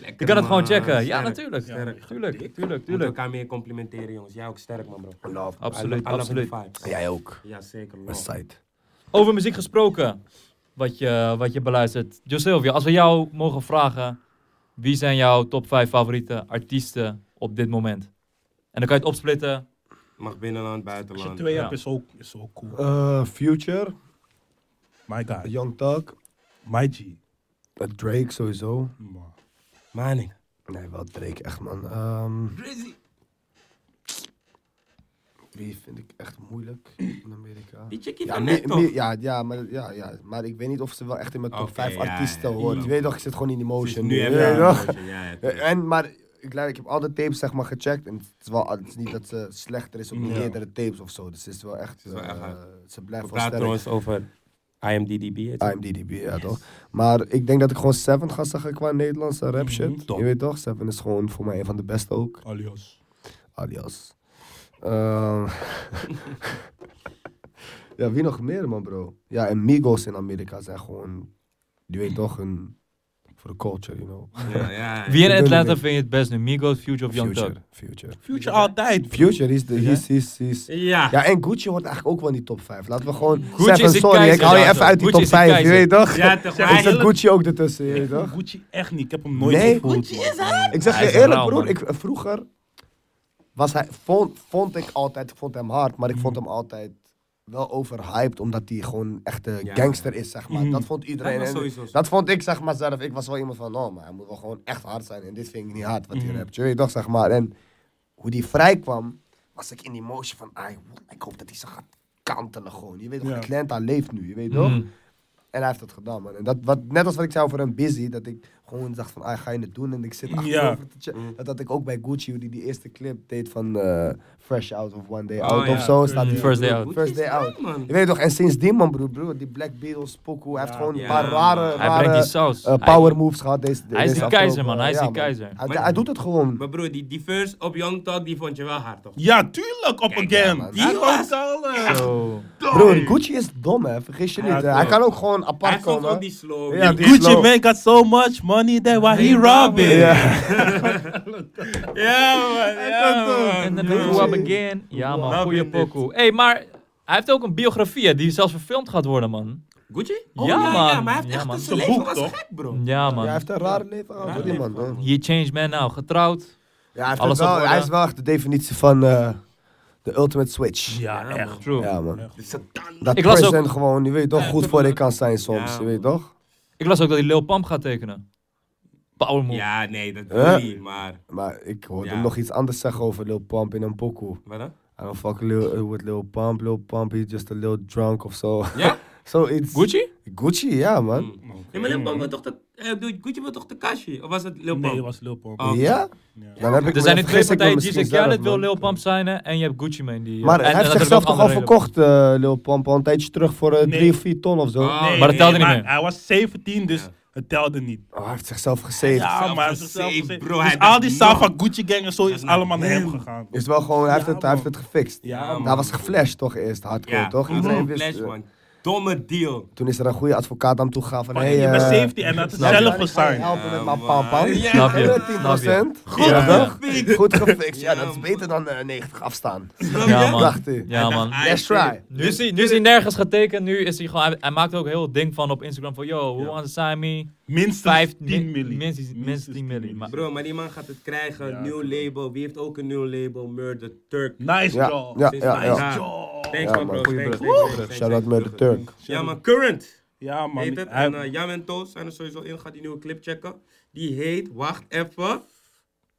A: Lekker,
B: kan het gewoon
A: man.
B: checken. Ja,
A: Sterk.
B: natuurlijk.
A: Ja, sterk.
B: Tuurlijk, tuurlijk,
A: We moeten
B: tuurlijk.
A: elkaar meer complimenteren, jongens. Jij ook sterk, man, bro.
C: Love.
B: Absoluut,
A: I love- I love
B: absoluut.
A: the vibes.
C: Jij ook.
A: Oh, Ja, zeker.
C: Een
A: love.
C: site.
B: Over muziek gesproken. Wat je, wat je beluistert. Josilvia, als we jou mogen vragen. Wie zijn jouw top 5 favoriete artiesten op dit moment? En dan kan je het opsplitten.
A: Mag binnenland,
D: Als je
A: buitenland.
D: twee
B: Ja.
D: hebt, is ook, is ook cool.
C: Eh, Future,
D: My guy.
C: Young Thug,
D: My G.
C: eh, Drake sowieso.
D: Man.
A: Maning.
C: Nee, wel Drake, echt man. Ehm, wie vind ik echt moeilijk in Amerika?
A: Die chickie
C: Ja,
A: van
C: meer-
A: net, toch?
C: meer- ja, ja, maar, ja, ja, maar ik weet niet of ze wel echt in mijn top
A: Oké,
C: 5
A: ja, ja,
C: artiesten
A: ja,
C: hoort.
A: ja.
C: Je weet toch, ik zit gewoon in emotion.
A: nu
C: je
A: heb je
C: weet
A: ja,
C: toch?
A: ja, ja.
C: Ja, Eh, En, maar ik, luister, ik heb al de tapes zeg maar, gecheckt. En het is, wel, het is niet dat ze slechter is op de
D: Ja.
C: eerdere tapes of zo. Dus het is wel echt.
A: is wel
C: eh,
A: echt hard.
C: ze
A: We
C: blijft wel
A: praten
C: sterk.
A: trouwens over IMDb. heet het.
C: IMDb, ja toch? Maar ik denk dat ik gewoon Seven ga zeggen qua Nederlandse rap shit.
D: Mhm, top.
C: Je weet toch? Seven is gewoon voor mij een van de beste ook.
D: Alias.
C: Alias. Ehm, ja, wie nog meer, man, bro? Ja, en Migos in Amerika zijn gewoon. Je weet toch, een. Voor de culture, you know.
A: Ja, ja, ja.
B: Wie in
C: bedoel
B: Atlanta
C: ik.
B: vind je het best nu? Migos, Future of Young Thug?
C: Future. Future.
D: Future altijd.
C: Future is de. Is, is, is,
A: Ja.
C: ja, en Gucci hoort eigenlijk ook wel in die top 5. Laten we gewoon.
B: Gucci
C: Seven,
B: is de
C: sorry,
B: keizer,
C: ik hou je
B: ja,
C: even
B: zo.
C: uit die
B: Gucci
C: top
B: is de
C: 5, je
B: keizer.
C: weet toch?
A: Ja, toch.
D: Zeg,
A: maar
C: Ik zet
A: heel-
C: Gucci ook ertussen, je weet
D: Ik vond
C: toch?
D: Gucci echt niet. Ik heb hem nooit
C: Nee.
D: gevoeld, man.
C: Ik zeg
B: Hij
C: je
B: is een
C: eerlijk,
B: rauw
C: broer.
B: man.
C: Ik, vroeger was hij, vond, vond ik altijd, ik vond hem hard, maar ik vond
B: Mm.
C: hem altijd wel overhyped, omdat hij gewoon echt een
A: Ja.
C: gangster is, zeg maar.
D: Mm.
C: Dat vond iedereen.
A: Dat was
C: en
A: sowieso zo.
C: dat vond ik, zeg maar, zelf. Ik was wel iemand van, oh, maar hij moet wel gewoon echt hard zijn. En dit vind ik niet hard, wat
A: Mhm.
C: hij rapt. Je weet toch, zeg maar. En hoe die vrij kwam, was ik in die motion van, "Ai, ik hoop dat hij ze gaat kantelen gewoon. Je weet toch,
D: Ja.
C: Atlanta leeft nu, je weet toch?
B: Mm.
C: En hij heeft dat gedaan, man. En dat, wat, net als wat ik zei over hem busy, dat ik gewoon dacht van, ah, ga je het doen? En ik zit achterover te
B: Mhm.
C: checken. Dat had ik ook bij Gucci, hoe die die eerste clip deed van eh, Fresh Out of One Day
A: Oh,
C: Out
A: ja.
C: of zo. Staat
B: Mm,
C: die-
B: First Day Out.
C: First Day
A: Gucci is
C: Out.
A: leuk, man.
C: Je weet toch, en sindsdien, man, broer, broer, die Black Beatles pokoe, hij heeft gewoon een
A: Ja,
C: paar
A: man.
C: rare,
B: Hij brengt die
C: rare
B: saus.
C: eh,
B: Hij-
C: power moves gehad. Deze,
B: Hij is die
C: deze
B: keizer,
C: afgelopen-
B: man. Hij is
C: ja,
B: die keizer.
C: Hij, hij doet het gewoon.
A: Maar broer, die, die first op Young Talk, die vond je wel hard, toch?
D: Ja, tuurlijk. Op again.
C: man.
D: die
A: Hij
D: was
A: was
D: al. eh,
B: Zo.
C: Broer, Gucci is dom, hè. Vergis je
D: Ja,
C: niet. hè. Hij
D: klopt.
C: kan ook gewoon
A: Hij
C: apart
A: heeft ook
C: komen.
A: wel
C: hè.
A: die slow.
C: Ja, die-
D: Gucci
C: slow.
D: man got so much money that why he
A: Hey,
D: robbing.
A: Robin.
C: Ja.
A: Ja, man. Ja, man.
B: En dan
C: Gucci.
B: Who I Begin. Ja, man.
D: Nou,
B: Goeie
D: vind dit.
B: pokoe. Hé, hey, maar hij heeft ook een biografie hè, die zelfs verfilmd gaat worden, man.
A: Gucci? Oh,
B: Ja, man.
A: maar hij heeft
B: Ja,
A: echt
B: man.
A: een zijn
D: Zijn
A: leven
D: boek,
A: was
D: toch?
A: gek, bro.
B: Ja,
C: Ja,
B: man.
C: hij heeft een raar leven aan,
A: Raar
C: door die man.
A: leven,
C: hè.
A: man.
B: He changed man nou. Getrouwd.
C: Ja, hij, heeft
B: Alles
C: het wel-
B: op orde.
C: hij is wel echt de definitie van eh, de ultimate switch.
D: Ja,
A: Ja,
D: echt.
A: man.
B: True.
C: Ja, man.
A: Satan.
C: Dat
B: Ik
C: ik
B: las
C: present gewoon, je weet toch,
A: Ja,
C: goed
A: toch,
C: voor je
A: man.
C: kan zijn soms,
A: Ja,
C: je weet toch?
B: Ik las ook dat hij Lil Pump gaat tekenen. Power move.
A: Ja, nee, dat
C: Huh?
A: doe niet, maar...
C: Maar ik hoorde
A: Ja.
C: hem nog iets anders zeggen over Lil Pump in een pokoe.
A: Wat dan?
C: I don't fuck Lil, eh, with Lil Pump, Lil Pump, he's just a little drunk of zo.
A: Ja?
C: Zoiets.
B: Gucci?
C: Gucci, ja man.
A: Hmm. Nee, maar Lil Pump wil toch dat eh, doe- Gucci wil toch de kastje? Of was het Lil
D: Nee,
A: Pump?
D: was Lil Pump.
A: Oh.
C: Ja?
D: Mm. Ja.
C: Nou, Dan heb ik
B: Er
C: me-
B: zijn nu twee
C: vergis ik me
B: partijen.
C: misschien
B: DJ Khaled
C: zelf,
B: wil
C: man.
B: Lil Pump signen en je hebt Gucci Mane. Die, eh,
C: Maar
B: en-
C: hij
B: en
C: heeft
B: dat er
C: zichzelf
B: nog
C: toch al
B: andere redenen-
C: verkocht, eh Lil Pump, al een tijdje terug voor eh,
D: Nee.
C: drie of vier ton of zo.
A: Ah.
D: Nee,
A: Maar
B: dat telde
D: nee,
B: niet
D: maar
B: meer.
D: Hij was 17, dus het telde niet.
C: Oh, hij heeft zichzelf gesaved.
D: Ja, maar
A: zelf
D: zichzelf
A: gezien,
D: gezien.
A: bro,
D: Dus
A: hij
D: al
A: dacht, man.
D: die Safa Gucci gang en zo is
A: naar
D: allemaal naar hem
A: hem.
D: gegaan.
C: Is wel gewoon, hij heeft,
D: Ja,
C: het, hij heeft
D: man.
C: het gefixt.
D: Ja,
C: Daar
D: man.
C: was geflashed toch eerst, hardcore
A: Ja,
C: toch?
A: Gucci
C: Iedereen
A: Mane
C: wist,
A: Flash,
C: eh,
A: man. Domme deal.
C: toen is er een goede advocaat aan toe gegaan van...
D: Maar
C: Hey,
D: je
C: eh,
D: bent 17 en dat is zelf
C: ik ga je
D: gesigned.
C: helpen met mijn
A: Ja,
C: papa.
A: man. Eh, Ja.
B: Snap je,
C: 10
B: snap je.
A: Goed
C: Ja,
A: gefixt.
C: toch? Goed gefixt. Ja,
A: Ja,
C: dat is
A: man.
C: beter dan eh, 90 afstaan.
A: Snap
B: Ja,
A: je?
B: man.
C: Dacht hij.
B: Ja, man.
A: Hij
C: Let's
A: is-
C: try.
B: Nu is, hij, nu is hij nergens getekend. Nu is hij gewoon. Hij, hij maakt ook heel het ding van op Instagram van yo, who
D: Ja.
B: wants to sign me?
D: Minstens
B: Vijf,
D: 10
B: min-
D: miljoen.
B: minstens- minstens 10 miljoen, maar-
A: Bro, maar die man gaat het krijgen.
D: Ja,
A: nieuw
D: klopt.
A: label. Wie heeft ook een nieuw label? Murder Turk.
D: Nice
C: Ja,
D: job.
C: ja,
A: Sinds
C: ja,
A: mijn
C: ja.
A: zaak.
D: job.
A: Thanks,
C: Ja,
A: man, bro.
C: man.
B: Goeie
A: Thanks,
B: brug.
A: thanks, thanks,
C: Shout out
A: thanks,
C: met de
A: thanks.
C: Turk.
A: Ja, man. Current.
D: Ja, man.
A: heet het.
D: hij-
A: En eh, Jam en Toos zijn er sowieso in. Ga die nieuwe clip checken. Die heet, wacht even.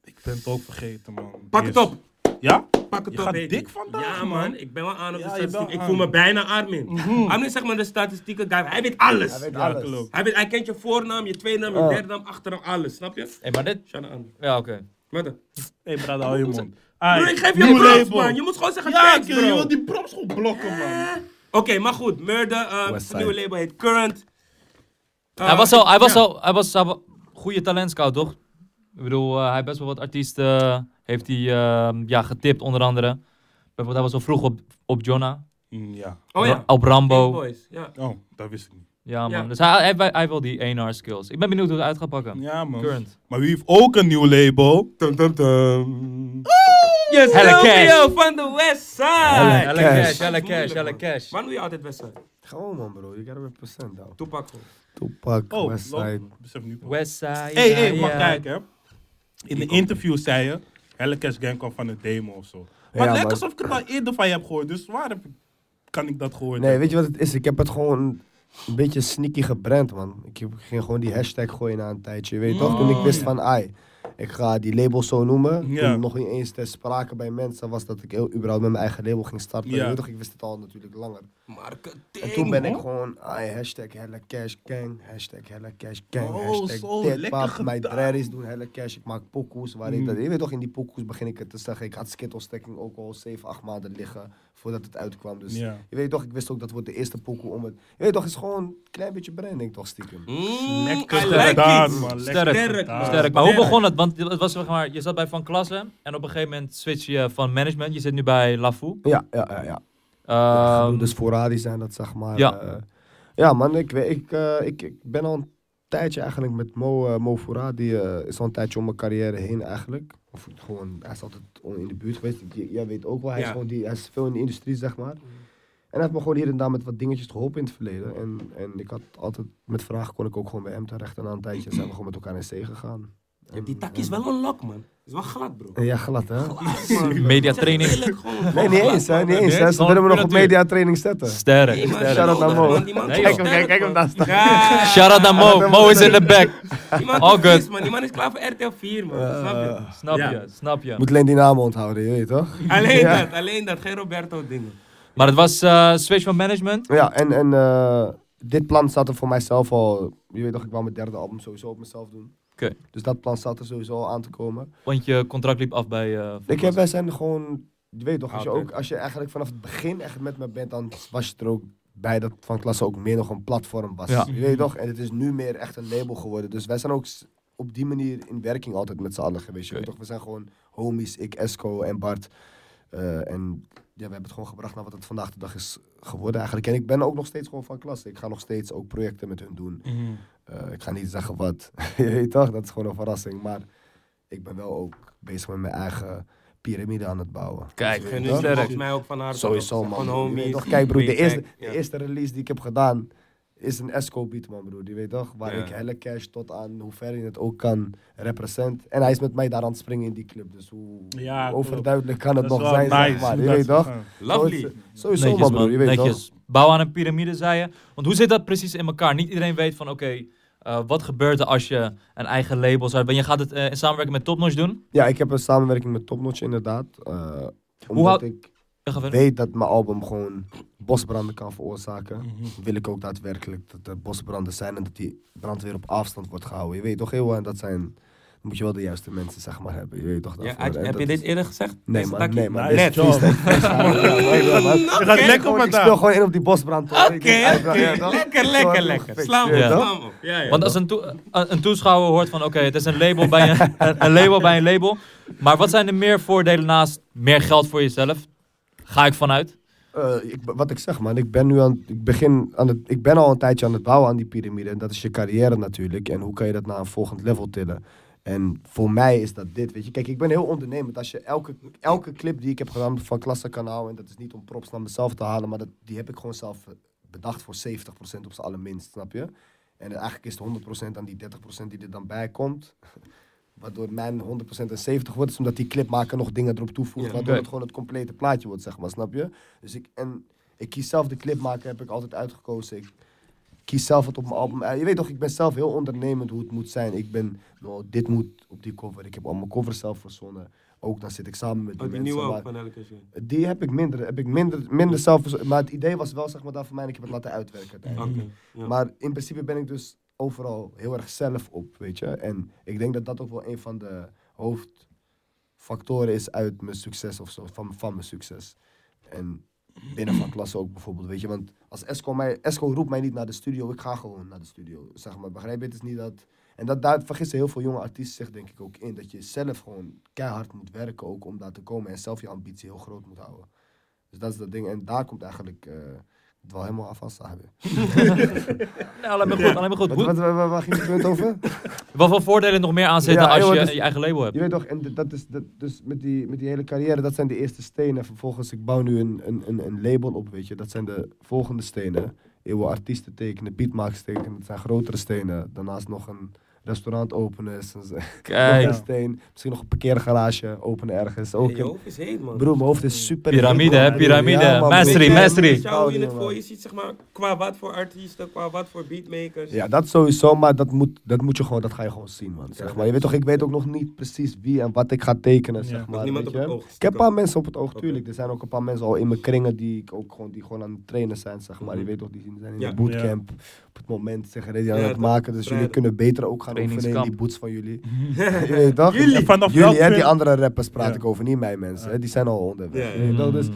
D: ik ben het ook vergeten, man.
A: Pak het
D: Yes.
A: op.
D: Ja?
A: Pak het
D: Je
A: op.
D: gaat
A: heet
D: dik
A: die.
D: vandaag,
A: Ja,
D: man.
A: man. Ik ben wel aan op de
D: Ja, je bent
A: statistiek. Ik
D: aan. Mhm.
A: voel me bijna Armin. Armin is zeg maar de statistieken guy. Hij weet alles.
C: Hij weet
D: Ja,
C: alles.
D: klopt.
A: Hij, weet, hij kent je voornaam, je tweenaam, je
D: Oh.
C: Ah.
A: derde naam, achternaam, alles. Snap je?
D: Eh.
B: Hey, maar dit.
A: Shout out aan.
B: Ja, oké.
A: Wat dan?
D: Hé, hey, brada, hou je mond.
A: Bro,
D: Ai,
A: ik geef
D: nieuw
A: je props,
D: label.
A: man. Je moet gewoon zeggen
D: Ja,
A: thanks,
D: kill,
A: bro. Eh?
D: je wil die props gewoon blokken, man.
A: Oké, maar goed. Murder, eh het
C: Westside.
A: nieuwe label heet Current. Eh,
B: hij was al. Hij was
A: ja.
B: al. Hij was. Hij wa- goede talentscout, toch? Ik bedoel, eh, hij heeft best wel wat artiesten. heeft hij eh, ja, getipt, onder andere. Bijvoorbeeld, hij was al vroeg op, op Jonna.
D: Mm, Ja.
A: Oh ja.
B: Op
A: Big
B: Rambo.
A: Boys, ja.
D: Oh, dat wist ik niet.
B: Ja, man.
A: Ja.
B: Dus hij, hij, heeft- hij heeft wel die 1R skills. Ik ben benieuwd hoe het uit gaat pakken.
D: Ja, man.
B: Current.
D: Maar wie heeft ook een nieuw label?
A: Tum, tum, tum. Yes,
B: Hella
A: Sylvio
B: cash.
A: van de
C: Hella
A: Westside.
C: Hella cash, cash,
B: hella
A: Moeilijk, man. Waarom doe je altijd Westside?
C: Gewoon man bro, you gotta represent though.
A: Toepak gewoon.
C: Toepak,
D: Oh,
C: Westside.
D: loop. Besef nu.
B: Westside.
D: Hé, hey, hey,
B: ja,
D: maar
B: ja.
D: kijk hè. In een interview zei je, Hellcash Gang kwam van een demo of zo. Maar
C: Ja,
D: het lijkt
C: maar-
D: alsof ik het al eerder van je heb gehoord, dus waar heb ik, kan ik dat gehoord
C: Nee,
D: hebben?
C: weet je wat het is? Ik heb het gewoon een beetje sneaky gebrand, man. Ik heb- ging gewoon die hashtag gooien na een tijdje, je weet toch? Toen ik wist van, ai, ik ga die label zo noemen.
D: Ja.
C: Toen nog niet eens ter sprake bij mensen was dat ik heel, überhaupt met mijn eigen label ging starten.
D: Ja.
C: Je weet toch? Ik wist het al natuurlijk langer.
A: Marketing.
C: En toen ben ik
D: hoor.
C: gewoon, ai, hashtag helle cash gang, hashtag helle cash gang,
D: Oh, zo,
C: hashtag dit,
D: lekker
C: pap, mijn
D: gedaan. Mm.
C: drerries doen helle cash, ik maak pokoes, waar ik dat, je weet toch, in die pokoes begin ik het te zeggen, ik had skittlestekking ook al 7, 8 maanden liggen voordat het uitkwam, dus
D: Ja.
C: je weet toch, ik wist ook dat wordt de eerste pokoe om het, je weet toch, het is gewoon een klein beetje branding toch stiekem.
A: Mm,
D: Lekker
A: I like
D: gedaan,
A: it.
D: man. Lekker
B: Sterk.
A: Sterk,
D: gedaan.
A: man.
B: Sterk. Maar hoe
A: Sterk.
B: begon het? Want het was zeg maar, je zat bij Van Klasse en op een gegeven moment switch je van management. Je zit nu bij Lafou.
C: Ja, ja, ja, ja.
B: Ehm
C: dus Ferrari zijn dat, zeg maar.
B: ja.
C: eh, ja, man, ik, weet- ik, eh, ik, ik ben al een tijdje eigenlijk met Mo, eh Mo Foradi. eh, is al een tijdje om mijn carrière heen eigenlijk. Of gewoon, hij is altijd on- in de buurt geweest. J- jij weet ook wel, hij, is
A: Ja.
C: gewoon die, hij is veel in de industrie, zeg maar.
A: Mm.
C: En hij heeft me gewoon hier en daar met wat dingetjes geholpen in het verleden. En, en ik had altijd, met vragen kon ik ook gewoon bij hem terecht. En na een tijdje zijn we gewoon met elkaar in zee gegaan.
A: Je hebt die takjes wel een lok, man. Is wel glad, bro.
C: Ja, glad hè?
A: Man.
B: Mediatraining.
A: Eerlijk, gewoon-
C: Nee,
A: gewoon
C: niet
A: glad,
C: eens, hè,
A: man.
C: niet eens.
B: Nee,
C: Hè. Ze willen me nog op
B: puur natuur.
C: mediatraining zetten.
B: Sterk.
A: Nee, maar
B: sterk.
C: Shout-out
A: zondig,
C: naar Mo.
A: man. Die man
B: Nee,
A: is
B: joh.
A: sterk,
C: Kijk hem, kijk hem
A: man.
C: daar staan.
A: Ja.
B: Shout-out naar Mo. Mo is in the back.
A: Die man
B: All
A: is
B: good.
A: vies, man. Die man is klaar voor RTL 4, man. Snap
C: Eh,
A: je?
B: Snap
A: Ja.
B: je, snap je.
C: Moet alleen die namen onthouden, je weet toch?
A: Alleen
C: Ja.
A: dat, alleen dat. Geen Roberto dingen.
B: Maar het was eh, switch van management.
C: Ja, en, en eh, dit plan zat er voor mijzelf al. Je weet toch, ik wou mijn derde album sowieso op mezelf doen.
B: Oké.
C: Dus dat plan zat er sowieso al aan te komen.
B: Want je contract liep af bij... eh, Ah, Van
C: Ik heb,
B: Klassen.
C: wij zijn gewoon, je weet toch, als je,
A: Altijd.
C: ook, als je eigenlijk vanaf het begin echt met me bent, dan was je er ook bij dat van klasse ook meer nog een platform was.
B: Ja.
C: Je weet toch, en het is nu meer echt een label geworden. Dus wij zijn ook s- op die manier in werking altijd met z'n allen geweest. Je weet
B: Oké.
C: toch, we zijn gewoon homies, ik, Esco en Bart. Eh, en ja, we hebben het gewoon gebracht naar wat het vandaag de dag is geworden eigenlijk. En ik ben ook nog steeds gewoon van klasse. Ik ga nog steeds ook projecten met hun doen.
D: Mhm.
C: Eh, ik ga niet zeggen wat. je weet toch, dat is gewoon een verrassing. Maar ik ben wel ook bezig met mijn eigen piramide aan het bouwen. Dus
B: Kijk,
A: Gun
C: Ja.
A: is
B: sterk.
A: volgens mij ook van haar.
C: Sowieso,
A: Van
C: man. Je weet
A: homies.
C: toch, kijk, broer, de
A: Big
C: eerste,
A: Mac,
C: de
A: ja.
C: eerste release die ik heb gedaan is een Esco beat, man, broer. Die weet toch? Waar
A: Ja.
C: ik helle cash tot aan hoe ver je het ook kan represent. En hij is met mij daar aan het springen in die club. Dus hoe
D: Ja,
C: hoe
D: klopt.
C: overduidelijk kan het
D: Dat is
C: nog
D: wel
C: zijn, zeg
D: nice
C: maar.
D: hoe
C: Je
D: dat
C: weet
D: is
C: toch?
D: gegaan.
A: Lovely.
C: Zo is- Sowieso,
B: Netjes,
C: man,
B: man.
C: broer. Je weet toch?
B: Netjes. Bouw aan een piramide, zei je. Want hoe zit dat precies in elkaar? Niet iedereen weet van, oké, eh, wat gebeurt er als je een eigen label zou... Want je gaat het eh, in samenwerking met Topnotch doen.
C: Ja, ik heb een samenwerking met Topnotch, inderdaad. eh, omdat
B: hou-
C: ik...
B: Ja, ga verder.
C: weet dat mijn album gewoon bosbranden kan veroorzaken,
A: Mhm.
C: wil ik ook daadwerkelijk dat er bosbranden zijn en dat die brandweer op afstand wordt gehouden. Je weet toch heel en dat zijn. Dan moet je wel de juiste mensen zeg maar hebben. Je weet toch
A: Ja,
C: daarvoor.
A: had-
C: En
A: heb
C: dat
A: je dit
C: is-
A: eerder gezegd?
C: Nee
A: Deze
C: man,
A: takkie?
C: nee man.
D: Nice
C: dit is
D: job.
C: freestyle, freestyle. Ja, weet je wel, man.
D: Je gaat lekker
C: Gewoon,
D: met
C: Ik speel
D: daar.
C: gewoon in op die bosbrand.
A: Oké, oké. lekker, lekker, lekker. Slaan we op,
B: Ja.
A: slaan we op. Ja, ja.
B: Want als een, toe- eh, een, een toeschouwer hoort van, oké, het is een label, bij een, een, een label bij een label. Maar wat zijn er meer voordelen naast meer geld voor jezelf? Ga ik vanuit.
C: Eh, ik, wat ik zeg, man, ik ben nu aan, ik begin aan het, ik ben al een tijdje aan het bouwen aan die piramide. En dat is je carrière natuurlijk. En hoe kan je dat naar een volgend level tillen? En voor mij is dat dit, weet je. Kijk, ik ben heel ondernemend. Als je elke, elke clip die ik heb gedaan van Klassenkanaal, en dat is niet om props naar mezelf te halen, maar dat, die heb ik gewoon zelf eh, bedacht voor 70% op zijn allerminst, snap je? En eigenlijk is het 100% aan die 30% die er dan bij komt. Waardoor mijn 100% en 70 wordt, is omdat die clipmaker nog dingen erop toevoegt.
A: Ja,
C: waardoor
B: oké.
C: het gewoon het complete plaatje wordt, zeg maar, snap je? Dus ik, en ik kies zelf de clipmaker, heb ik altijd uitgekozen. Ik kies zelf wat op mijn album. uit. Je weet toch, ik ben zelf heel ondernemend hoe het moet zijn. Ik ben, nou, dit moet op die cover. Ik heb al mijn covers zelf verzonnen. Ook dan zit ik samen met die,
A: Oh, die
C: mensen.
A: nieuwe ook
C: maar-
A: van Elke Jean.
C: die heb ik minder, heb ik minder, minder zelf verzo- Maar het idee was wel, zeg maar, daar voor mij. en Ik heb het laten uitwerken uiteindelijk.
A: Oké. ja.
C: Maar in principe ben ik dus overal heel erg zelf op, weet je. En ik denk dat dat ook wel een van de hoofdfactoren is uit mijn succes of zo, van, van mijn succes. En binnen van klasse ook bijvoorbeeld, weet je. Want als Esco, mij, Esco roept mij niet naar de studio, ik ga gewoon naar de studio, zeg maar. Begrijp je? Het is niet dat... En dat, daar vergissen heel veel jonge artiesten zich denk ik ook in. Dat je zelf gewoon keihard moet werken ook om daar te komen. En zelf je ambitie heel groot moet houden. Dus dat is dat ding. En daar komt eigenlijk eh, het wel helemaal af van samen.
B: Nee, alleen maar goed, alleen maar goed.
C: Wat,
B: Hoe-
C: wat, waar, waar- waar ging het punt over?
B: Wat voor voordelen nog meer aan zitten
C: Ja,
B: als
C: joh,
B: je
C: dus-
B: je eigen label hebt?
C: Je weet toch, en d- dat is, dat, dus met die, met die hele carrière, dat zijn de eerste stenen. Vervolgens, ik bouw nu een, een, een, een label op, weet je. Dat zijn de volgende stenen. Eeuwen artiesten tekenen, beatmakers tekenen. Dat zijn grotere stenen. Daarnaast nog een restaurant openen. Is een, nog een
B: Kijk,
C: steen. Misschien nog een parkeergarage openen ergens. Ook
A: Hey, je
C: een-
A: hoofd is heet, man.
C: Broer, mijn hoofd is super...
B: Piramide, hè, piramide.
C: Ja, man,
B: Mastery,
C: broer.
B: mastery.
A: Weet je hoe je het
C: man.
A: voor je ziet, zeg maar, qua wat voor artiesten, qua wat voor beatmakers.
C: Ja, dat sowieso, maar dat moet, dat moet je gewoon, dat ga je gewoon zien, man. Zeg maar. Je weet toch, ik weet ook nog niet precies wie en wat ik ga tekenen,
D: Ja.
C: zeg
D: Nog
C: maar.
A: niemand
C: weet
A: op het
C: je.
A: oog
C: Ik heb
A: stiekem.
C: een paar mensen op het oog,
A: Oké.
C: tuurlijk. Er zijn ook een paar mensen al in mijn kringen die ik ook gewoon, die gewoon aan het trainen zijn, zeg maar. Je weet toch, die zien- zijn in
A: Mhm. Ja.
C: de bootcamp op het moment, zeggen die aan
A: Ja,
C: het
A: dat-
C: maken. Dus jullie
A: vrijdag.
C: kunnen beter ook gaan oefenen in
B: Trainingskamp.
C: die boots van jullie. je weet toch?
D: En vanaf
C: Jullie,
D: welk
C: hè, die
D: punt-
C: andere rappers praat
D: Ja. Mhm.
C: ik over, niet mij mensen. Hè, die zijn al onderweg.
A: Ja, ja,
C: je weet toch? Dus
B: Mm.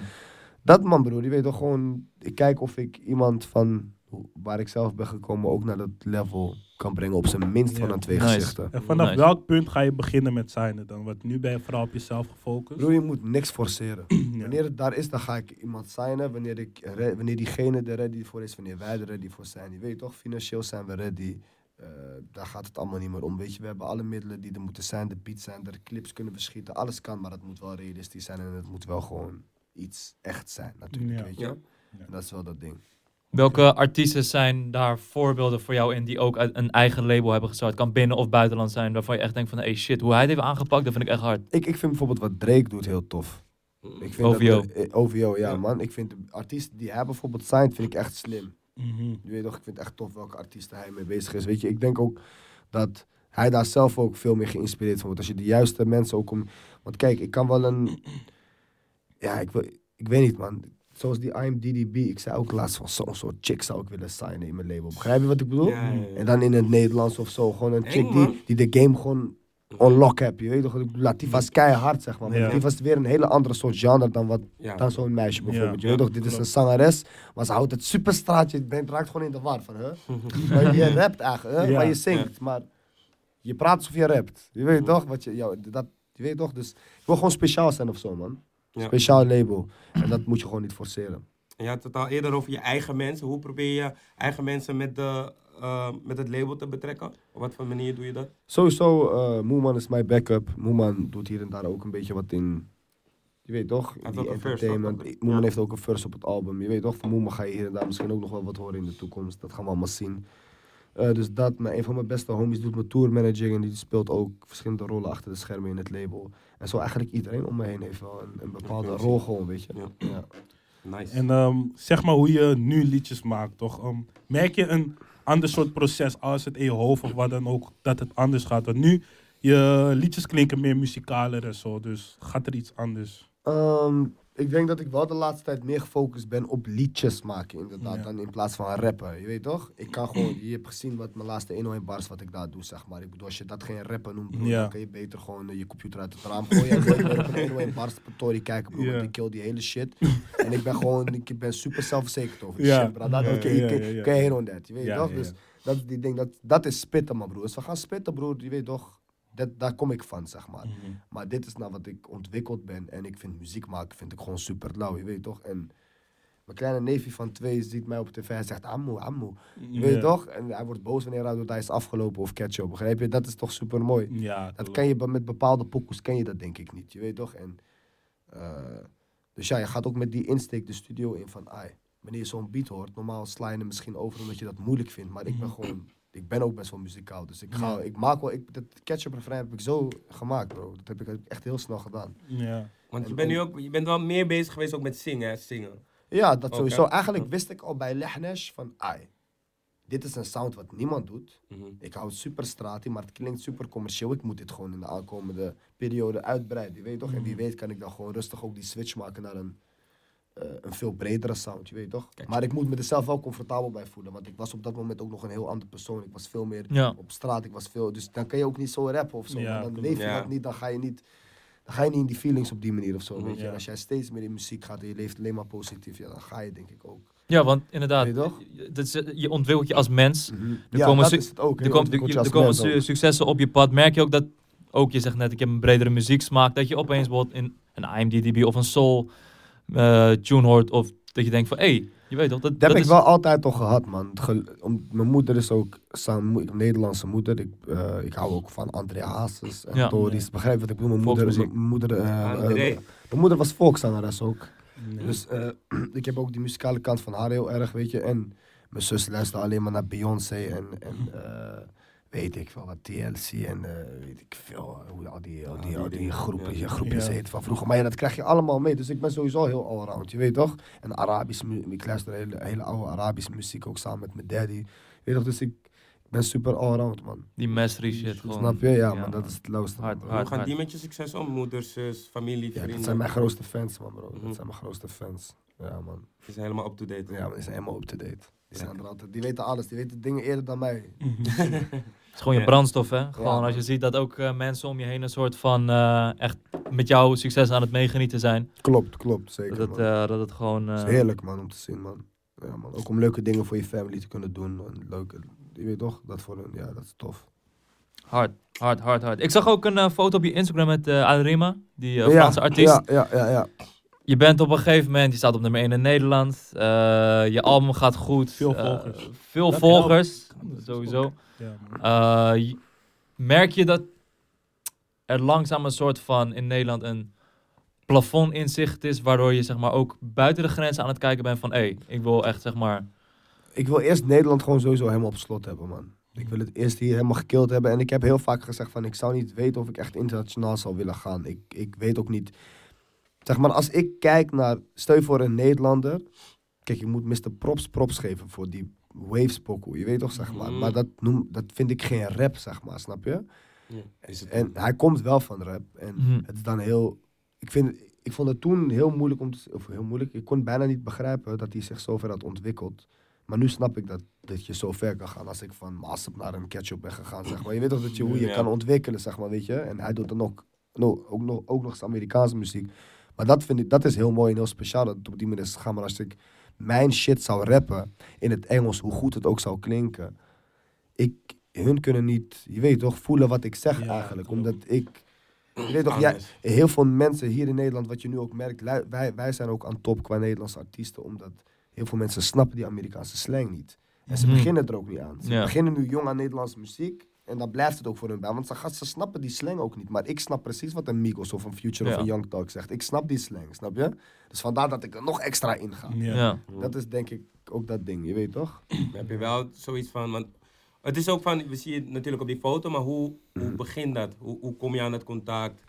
C: dat man broer, die weet toch gewoon, ik kijk of ik iemand van hoe- waar ik zelf ben gekomen ook naar dat level kan brengen. Op zijn minst van
D: Ja.
C: aan twee
B: Nice.
C: gezichten.
D: En vanaf
B: Nice.
D: welk punt ga je beginnen met signen dan? Want nu ben je vooral op jezelf gefocust.
C: Broer, je moet niks forceren.
D: Ja.
C: Wanneer het daar is, dan ga ik iemand signen. Wanneer, ik, re- wanneer diegene er ready voor is, wanneer wij er ready voor zijn. Je weet toch, financieel zijn we ready. Eh, daar gaat het allemaal niet meer om. Weet je, we hebben alle middelen die er moeten zijn. De beats zijn er, clips kunnen we schieten. Alles kan, maar het moet wel realistisch zijn. En het moet wel gewoon iets echt zijn, natuurlijk.
D: Ja.
C: Weet je?
A: Ja.
C: En dat is wel dat ding.
B: Welke artiesten zijn daar voorbeelden voor jou in die ook uit een eigen label hebben gestart? Kan binnen of buitenland zijn, waarvan je echt denkt van, hey shit, hoe hij dit heeft aangepakt, dat vind ik echt hard.
C: Ik, ik vind bijvoorbeeld wat Drake doet heel tof. Ik vind
B: OVO.
C: Dat, eh, OVO, ja,
A: Mm. Ja.
C: man. Ik vind de artiesten die hij bijvoorbeeld signed, vind ik echt slim.
D: Mhm.
C: Je weet toch, ik vind echt tof welke artiesten hij mee bezig is. Weet je, ik denk ook dat hij daar zelf ook veel meer geïnspireerd van wordt. Als je de juiste mensen ook om... Want kijk, ik kan wel een... Ja, ik, wil- ik weet niet, man. Zoals die IMDb, ik zei ook laatst van zo'n soort chick zou ik willen signen in mijn label. Begrijp je wat ik bedoel?
A: Ja, ja, ja.
C: En dan in het Nederlands of zo. Gewoon een
A: Eng,
C: chick
A: man.
C: die, die de game gewoon unlock hebt. Je weet toch, ik bedoel, Latifah is keihard, zeg maar. Maar
D: Mhm. Ja.
C: Latifah is weer een hele andere soort genre dan, wat,
A: Ja.
C: dan zo'n meisje bijvoorbeeld. je
D: Ja,
C: weet
D: ja,
C: toch, dit is een
D: klopt.
C: zangeres, maar ze houdt het superstraatje. Het brengt- raakt gewoon in de war van, hè? maar je rapt eigenlijk, hè?
D: Mhm. Ja. Mhm.
C: Maar je zingt, maar je praat alsof je rapt. Je weet toch, wat je, jou, dat, je weet toch, dus ik wil gewoon speciaal zijn of zo, man.
A: Ja.
C: Speciaal label. En dat moet je gewoon niet forceren.
A: En je had het al eerder over je eigen mensen. Hoe probeer je eigen mensen met, de, eh, met het label te betrekken? Op wat voor manier doe je dat?
C: Sowieso, eh Moeman is mijn backup. Moeman doet hier en daar ook een beetje wat in. Je weet toch?
A: heeft
C: die
A: ook een verse,
C: entertainment.
A: toch?
C: Moeman
A: Ja.
C: heeft ook een verse op het album. Je weet toch? Van Moeman ga je hier en daar misschien ook nog wel wat horen in de toekomst. Dat gaan we allemaal zien. Eh, dus dat, maar een van mijn beste homies doet mijn tourmanaging en die speelt ook verschillende rollen achter de schermen in het label. En zo eigenlijk iedereen om me heen heeft wel een, een bepaalde
A: functie.
C: rol gewoon, weet je.
A: Ja.
C: Ja.
A: Nice.
D: En ehm, zeg maar hoe je nu liedjes maakt, toch? Ehm, merk je een ander soort proces als het in je hoofd of wat dan ook, dat het anders gaat? Want nu, je liedjes klinken meer muzikaler en zo, dus gaat er iets anders?
C: Ehm, ik denk dat ik wel de laatste tijd meer gefocust ben op liedjes maken, inderdaad,
D: Ja.
C: dan in plaats van rappen. Je weet toch? Ik kan gewoon, je hebt gezien wat mijn laatste 101 bars, wat ik daar doe, zeg maar. Ik bedoel, als je dat geen rappen noemt, broer,
D: Ja.
C: dan kun je beter gewoon eh, je computer uit het raam gooien en nooit meer op een 101 bars repertoire kijken, broer.
D: Ja.
C: Want ik kill die hele shit. en ik ben gewoon, ik ben super zelfverzekerd over die
D: Ja.
C: shit, bro. Dat
D: Ja,
C: oké,
D: ja, ja,
C: je
D: ja, ja.
C: kan je heen on that, je weet
D: Ja,
C: toch?
D: ja,
C: Dus
D: ja.
C: dat, is die ding, dat, dat is spitten, man, broer. Als we gaan spitten, broer, je weet toch? Dat, daar kom ik van, zeg maar. Maar dit is nou wat ik ontwikkeld ben. En ik vind muziek maken vind ik gewoon super lauw, je weet toch? En mijn kleine neefje van twee ziet mij op tv en zegt, Ammo, Ammo. Je weet
D: Ja.
C: toch? En hij wordt boos wanneer hij, doet, hij is afgelopen of ketchup, begrijp je? Dat is toch super mooi.
D: Ja,
C: Dat
D: klopt.
C: kan je be- met bepaalde pokoes, ken je dat denk ik niet, je weet toch? En, eh, dus ja, je gaat ook met die insteek de studio in van, ai, wanneer je zo'n beat hoort, normaal sla je hem misschien over omdat je dat moeilijk vindt, maar ik ben gewoon, ik ben ook best wel muzikaal, dus ik ga, ik maak wel, ik, dat ketchup refrein heb ik zo gemaakt, bro. Dat heb ik echt heel snel gedaan.
D: Ja.
A: Want je bent nu ook, je bent wel meer bezig geweest ook met zingen, hè? Zingen.
C: Ja, dat
A: Oké.
C: sowieso. Eigenlijk wist ik al bij Lehnesh van, ai, dit is een sound wat niemand doet.
A: Mhm.
C: Ik hou het super strati, maar het klinkt super commercieel. Ik moet dit gewoon in de aankomende periode uitbreiden. Je weet toch? En
D: Mm.
C: wie weet kan ik dan gewoon rustig ook die switch maken naar een, eh, een veel bredere sound. Je weet toch?
A: Kijk.
C: Maar ik moet me er zelf wel comfortabel bij voelen. Want ik was op dat moment ook nog een heel ander persoon. Ik was veel meer
B: Ja.
C: op straat. Ik was veel, dus dan kan je ook niet zo rappen of zo.
D: Mm. Ja,
C: maar dan
D: klopt.
C: leef je
A: Ja.
C: dat niet. Dan ga je niet... Dan ga je niet in die feelings op die manier of zo. Weet je?
D: Mm, Ja.
C: En Als jij steeds meer in muziek gaat en je leeft alleen maar positief, ja, dan ga je denk ik ook.
B: Ja, want inderdaad,
C: Weet je toch?
B: je- dat is- eh, je ontwikkelt je als mens.
D: Mhm.
B: Er
C: ja,
B: komen
C: dat
B: su-
C: is het ook. hè,
B: Er, komt,
C: want dan
B: er,
C: word je als
B: er komen
C: mens ook.
B: su- successen op je pad. Merk je ook dat, ook je zegt net, ik heb een bredere muzieksmaak. Dat je opeens bijvoorbeeld in een IMDb of een soul eh, tune hoort. Of dat je denkt van, hé, hey, je weet toch, dat,
C: Dat heb
B: is...
C: ik wel altijd al gehad, man. Het gel- om, mijn moeder is ook San- mo- Nederlandse moeder. Ik, eh, ik hou ook van André Hazes en
B: Ja.
C: Tories. Begrijp je wat ik bedoel? Mijn moeder,
B: Volksmuziek.
C: mijn moeder, eh, eh,
A: André.
C: mijn moeder was volkszangeres ook.
D: Nee.
C: Dus eh, ik heb ook die muzikale kant van haar heel erg, weet je. En mijn zus luisterde alleen maar naar Beyoncé en, en eh, weet ik veel, wat TLC en eh, weet ik veel. Hoe al die, al die, al die groepen, ja, groepjes
D: Ja.
C: heet van vroeger. Maar ja, dat krijg je allemaal mee. Dus ik ben sowieso heel allround, je weet toch? En Arabisch, mu- ik luister hele, hele oude Arabische muziek ook samen met mijn daddy. Je Weet toch, dus ik ben super allround, man.
B: Die messery shit gewoon.
C: Snap je? Ja,
B: ja,
C: man, dat
B: man.
C: is het lauwste. man,
B: Hard,
C: bro.
B: hard.
A: Hoe gaan die met je succes om? Moeders, zus, familie,
C: Ja,
A: vrienden.
C: dat zijn mijn grootste fans, man, bro.
A: Mhm.
C: Dat zijn mijn grootste fans. Ja, man.
A: Ze zijn helemaal up-to-date.
C: Ja, maar die zijn helemaal up-to-date. Die, zijn
A: Ja.
C: er altijd- die weten alles, die weten dingen eerder dan mij.
B: Hm. Het is gewoon je
A: Ja.
B: brandstof, hè? Gewoon
C: man.
B: als je ziet dat ook eh, mensen om je heen een soort van eh, echt met jouw succes aan het meegenieten zijn.
C: Klopt, klopt, zeker.
B: Dat het,
C: man.
B: eh, dat het gewoon... eh,
C: Het is heerlijk, man, om te zien, man. Ja, man. Ook om leuke dingen voor je family te kunnen doen. En leuke, je weet toch, dat voor hun, ja, dat is tof.
B: Hard, hard, hard, hard. Ik zag ook een eh, foto op je Instagram met eh Alrima, die eh,
C: ja,
B: Franse artiest.
C: Ja, ja, ja. ja.
B: Je bent op een gegeven moment, je staat op nummer 1 in Nederland. eh, je album gaat goed.
D: Veel
B: eh,
D: volgers.
B: veel
D: Dat
B: volgers,
D: helpt. Dat is
B: sowieso.
D: ook. Ja, man.
B: Eh, je- merk je dat er langzaam een soort van in Nederland een plafond in zicht is, waardoor je zeg maar ook buiten de grenzen aan het kijken bent van, hé, ik wil echt zeg maar...
C: Ik wil eerst Nederland gewoon sowieso helemaal op slot hebben, man. Ik wil het eerst hier helemaal gekild hebben. En ik heb heel vaak gezegd van, ik zou niet weten of ik echt internationaal zou willen gaan. Ik, ik weet ook niet. Zeg maar, als ik kijk naar, stel je voor een Nederlander. Kijk, je moet Mr. Props props geven voor die waves pokoe. Je weet toch, zeg maar.
A: Mhm.
C: Maar dat, noem, dat vind ik geen rap, zeg maar, snap je?
A: Is het
C: En hij komt wel van rap. En
B: Mhm.
C: het is dan heel. Ik, vind, ik vond het toen heel moeilijk om te. Of heel moeilijk. Ik kon bijna niet begrijpen dat hij zich zo ver had ontwikkeld. Maar nu snap ik dat, dat je zo ver kan gaan als ik van Maasop naar een ketchup ben gegaan. Zeg maar. Je weet toch dat je hoe je
A: Ja.
C: kan ontwikkelen, zeg maar, weet je. En hij doet dan ook, no, ook, nog, ook nog eens Amerikaanse muziek. Maar dat, vind ik, dat is heel mooi en heel speciaal dat het op die manier is gegaan. Maar als ik mijn shit zou rappen in het Engels, hoe goed het ook zou klinken. Ik, hun kunnen niet, je weet toch, voelen wat ik zeg
D: Ja,
C: eigenlijk.
D: klopt.
C: Omdat ik, je weet toch, jij,
A: anders?
C: heel veel mensen hier in Nederland, wat je nu ook merkt, lui- wij, wij zijn ook aan top qua Nederlandse artiesten, omdat heel veel mensen snappen die Amerikaanse slang niet. En ze
B: Mhm.
C: beginnen er ook niet aan. Ze
B: Ja.
C: beginnen nu jong aan Nederlandse muziek. En dan blijft het ook voor hun bij. Want ze, gaan- ze snappen die slang ook niet. Maar ik snap precies wat een Migos of een Future of
B: Ja.
C: een Young Talk zegt. Ik snap die slang, snap je? Dus vandaar dat ik er nog extra in ga.
D: Ja.
B: ja.
C: Dat is denk ik ook dat ding, je weet toch?
A: Maar heb je wel zoiets van, want het is ook van, we zien het natuurlijk op die foto, maar hoe, hoe
C: Mhm.
A: begint dat? Hoe, hoe kom je aan dat contact?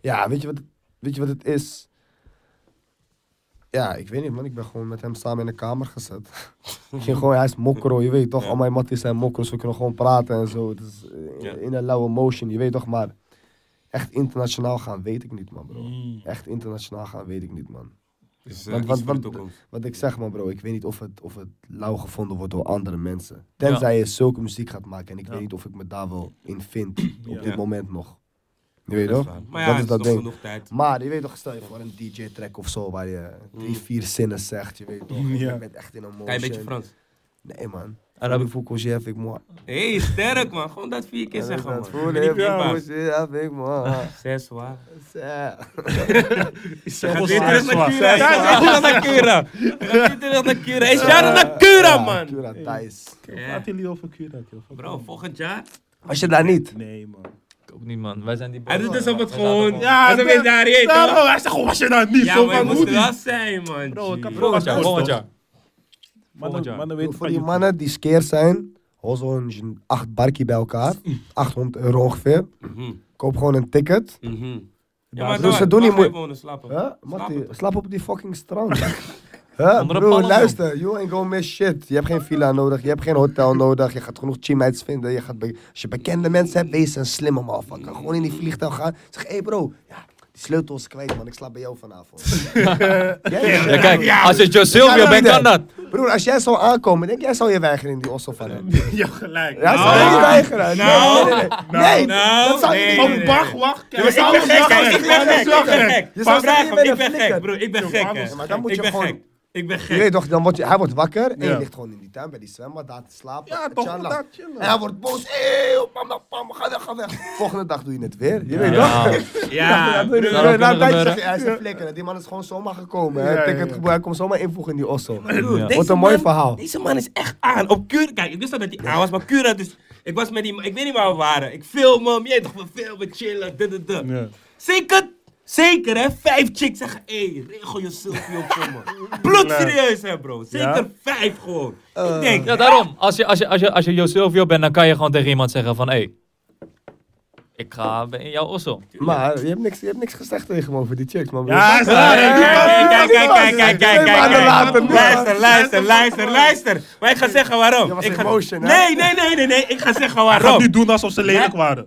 C: Ja, weet je wat, het- weet je wat het is? Ja, ik weet niet man, ik ben gewoon met hem samen in de kamer gezet. ik ging gewoon, hij is mokro, je weet toch,
A: Ja.
C: al mijn matties zijn mokro's, we kunnen gewoon praten en zo. Het is eh,
A: Ja.
C: in een lauwe motion, je weet toch, maar echt internationaal gaan weet ik niet man bro.
D: Mm.
C: Echt internationaal gaan weet ik niet man.
A: Dus eh,
C: Want,
A: iets
C: want,
A: voor de
C: want,
A: toekomst.
C: wat ik zeg maar bro, ik weet niet of het, of het lauw gevonden wordt door andere mensen. Tenzij je zulke muziek gaat maken en ik
B: Ja.
C: weet niet of ik me daar wel in vind op
D: Ja.
C: dit moment nog. Je weet
A: Dat is
C: toch?
A: waar. Maar ja,
C: dat
A: het
C: is
A: is
C: dat
A: nog
C: ding.
A: genoeg tijd.
C: Maar je weet toch, stel je voor een DJ-track of zo waar je drie, vier zinnen zegt. Je weet toch,
D: Ja.
C: je bent echt in een motion.
A: Kan je een beetje Frans?
C: Nee man.
B: Arabisch.
C: Voor congé heb ik mooi.
A: Hé, hey, sterk man. Gewoon dat vier keer zeggen man.
C: Voor
A: Ik ben niet
C: ja,
A: meer
C: congé heb ik mooi.
A: baas. Zes waar.
C: Zeg.
A: Hij
C: Zeg
A: gaat
C: ons
A: weer terug
C: zes
A: naar
C: waar,
A: Cura. Hij
C: zes
A: gaat weer terug naar Cura. Hij gaat weer terug naar Cura. Hij is jaren naar Cura
C: Ja,
A: man.
C: Cura, Thijs.
A: Ja.
D: Laat jullie over Cura, joh. Fuck
A: Bro,
D: man.
A: volgend jaar.
C: Was je daar niet?
D: Nee, man.
B: Ik ook niet, man. Wij zijn die
A: Hij doet
B: boys.
A: dus op het
B: Wij zaten
A: gewoon.
B: gewoon-
A: Ja, dat is
D: ben-
A: daar heet.
D: Ja,
A: hoor.
D: bro, hij zegt gewoon, was je nou niet
A: Ja,
D: zo
A: maar je
D: van
A: moet er
D: Moody?
A: wel zijn man.
D: Bro, ik
A: G.
D: kan-
B: Volgend jaar, volgend jaar.
D: Mannen,
B: jaar.
C: Bro,
D: mannen weten
C: Voor
D: van
C: die
D: je-
C: mannen die skeer zijn, hol zo'n acht barkie bij elkaar. 800 euro ongeveer.
A: Mhm,
C: Koop gewoon een ticket.
A: mhm. Ja,
C: maar
A: maar
C: dus
A: doe-
C: ze doen
A: laat
C: niet
A: mij
C: moe-
A: wonen, slapen.
C: Huh?
A: Slapen
C: Mattie,
A: toch?
C: slaap op die fucking strand. Huh?
B: Onder een
C: Bro,
B: palmboom.
C: luister, you ain't gonna miss shit. Je hebt geen villa nodig, je hebt geen hotel nodig, je gaat genoeg teammates vinden. Je gaat be- Als je bekende mensen hebt, wees een slimme motherfucker. Gewoon in die vliegtuig gaan. Zeg, hé hey bro, ja, die sleutel is kwijt man, ik slaap bij jou vanavond. Jij-
B: Ja, kijk, als het Joe
C: Ja,
B: Sylvia
C: dat
B: bent,
C: niet.
B: kan dat.
C: Broer, als jij zou aankomen, denk jij zou je weigeren in die ossel van hem.
D: Ja, gelijk.
C: Ja, zou
A: Nou,
C: je niet weigeren?
A: nou,
C: nee, nee, nee. nee,
A: nou,
C: dat zou je
A: nee,
C: niet
A: nee,
C: doen.
A: nee.
D: Wacht, wacht.
A: Ja, maar ik ben gek, kijk, ik ben gek, ik ben gek.
C: Je zou
A: Vraag
C: zeggen,
A: hem,
C: je bent
A: ik
C: een
A: ben
C: flikker.
A: gek, bro, ik ben
D: Yo,
A: gek,
D: Babels,
A: hè.
C: maar dan moet
A: Ik
C: je
A: ben
C: gewoon-
A: gek, ik ben
C: Je weet
A: gek.
C: toch, dan wordt je- hij wordt wakker en je
D: Ja.
C: ligt gewoon in die tuin bij die zwembad daar te slapen.
D: Ja,
C: Het
D: toch,
C: jaar lang.
D: dat chillen.
C: En hij wordt boos. Eeuw, mama, mama, ga weg, ga weg. Volgende dag doe je het weer. Je weet toch?
B: Ja.
A: Ja,
C: Ja, doe je het
B: dat
C: weer.
B: kan
C: Na een tijdje
B: gebeuren.
C: zeg je, hij is een flikker. Die man is gewoon zomaar gekomen. hè.
D: Ja, ja,
C: Ticket
D: ja.
C: geboren, Hij komt zomaar invoegen in die ossel.
A: Broer,
B: Ja.
A: deze
C: Wat een mooi
A: man-
C: verhaal.
A: Deze man is echt aan. Op Cura, kijk, ik wist al dat hij aan was, maar Cura dus... Ik was met die... Ik weet niet waar we waren. Ik film hem, jij toch, we filmen, chillen, dit, dit, dit.
D: Ja.
A: Zeker, zeker hè. Vijf chicks zeggen, hé, hey, regel je selfie op voor me. Bloed serieus hè bro. Zeker
D: Ja?
A: vijf gewoon. ik denk,
B: Ja, daarom. Als je, als je, als je, als je Joe Silvio bent, dan kan je gewoon tegen iemand zeggen van... Hé, hey, ik ga in jouw ossel.
C: Maar je hebt niks, je hebt niks gezegd tegen me over die chicks, man.
D: Ja, is waar, hè?
A: Kijk, kijk, kijk, kijk, kijk, kijk,
C: Twee
A: kijk,
C: maanden
A: kijk.
C: later, nu,
A: Luister,
C: man.
A: luister, luister, luister. Maar ik ga zeggen
C: Je
A: waarom.
C: was
A: Ik
C: in
A: ga...
C: motion, hè?
A: Nee, nee, nee, nee, nee. Ik ga zeggen
D: Ga nu
A: waarom.
D: doen alsof ze lelijk
A: Ja.
D: waren.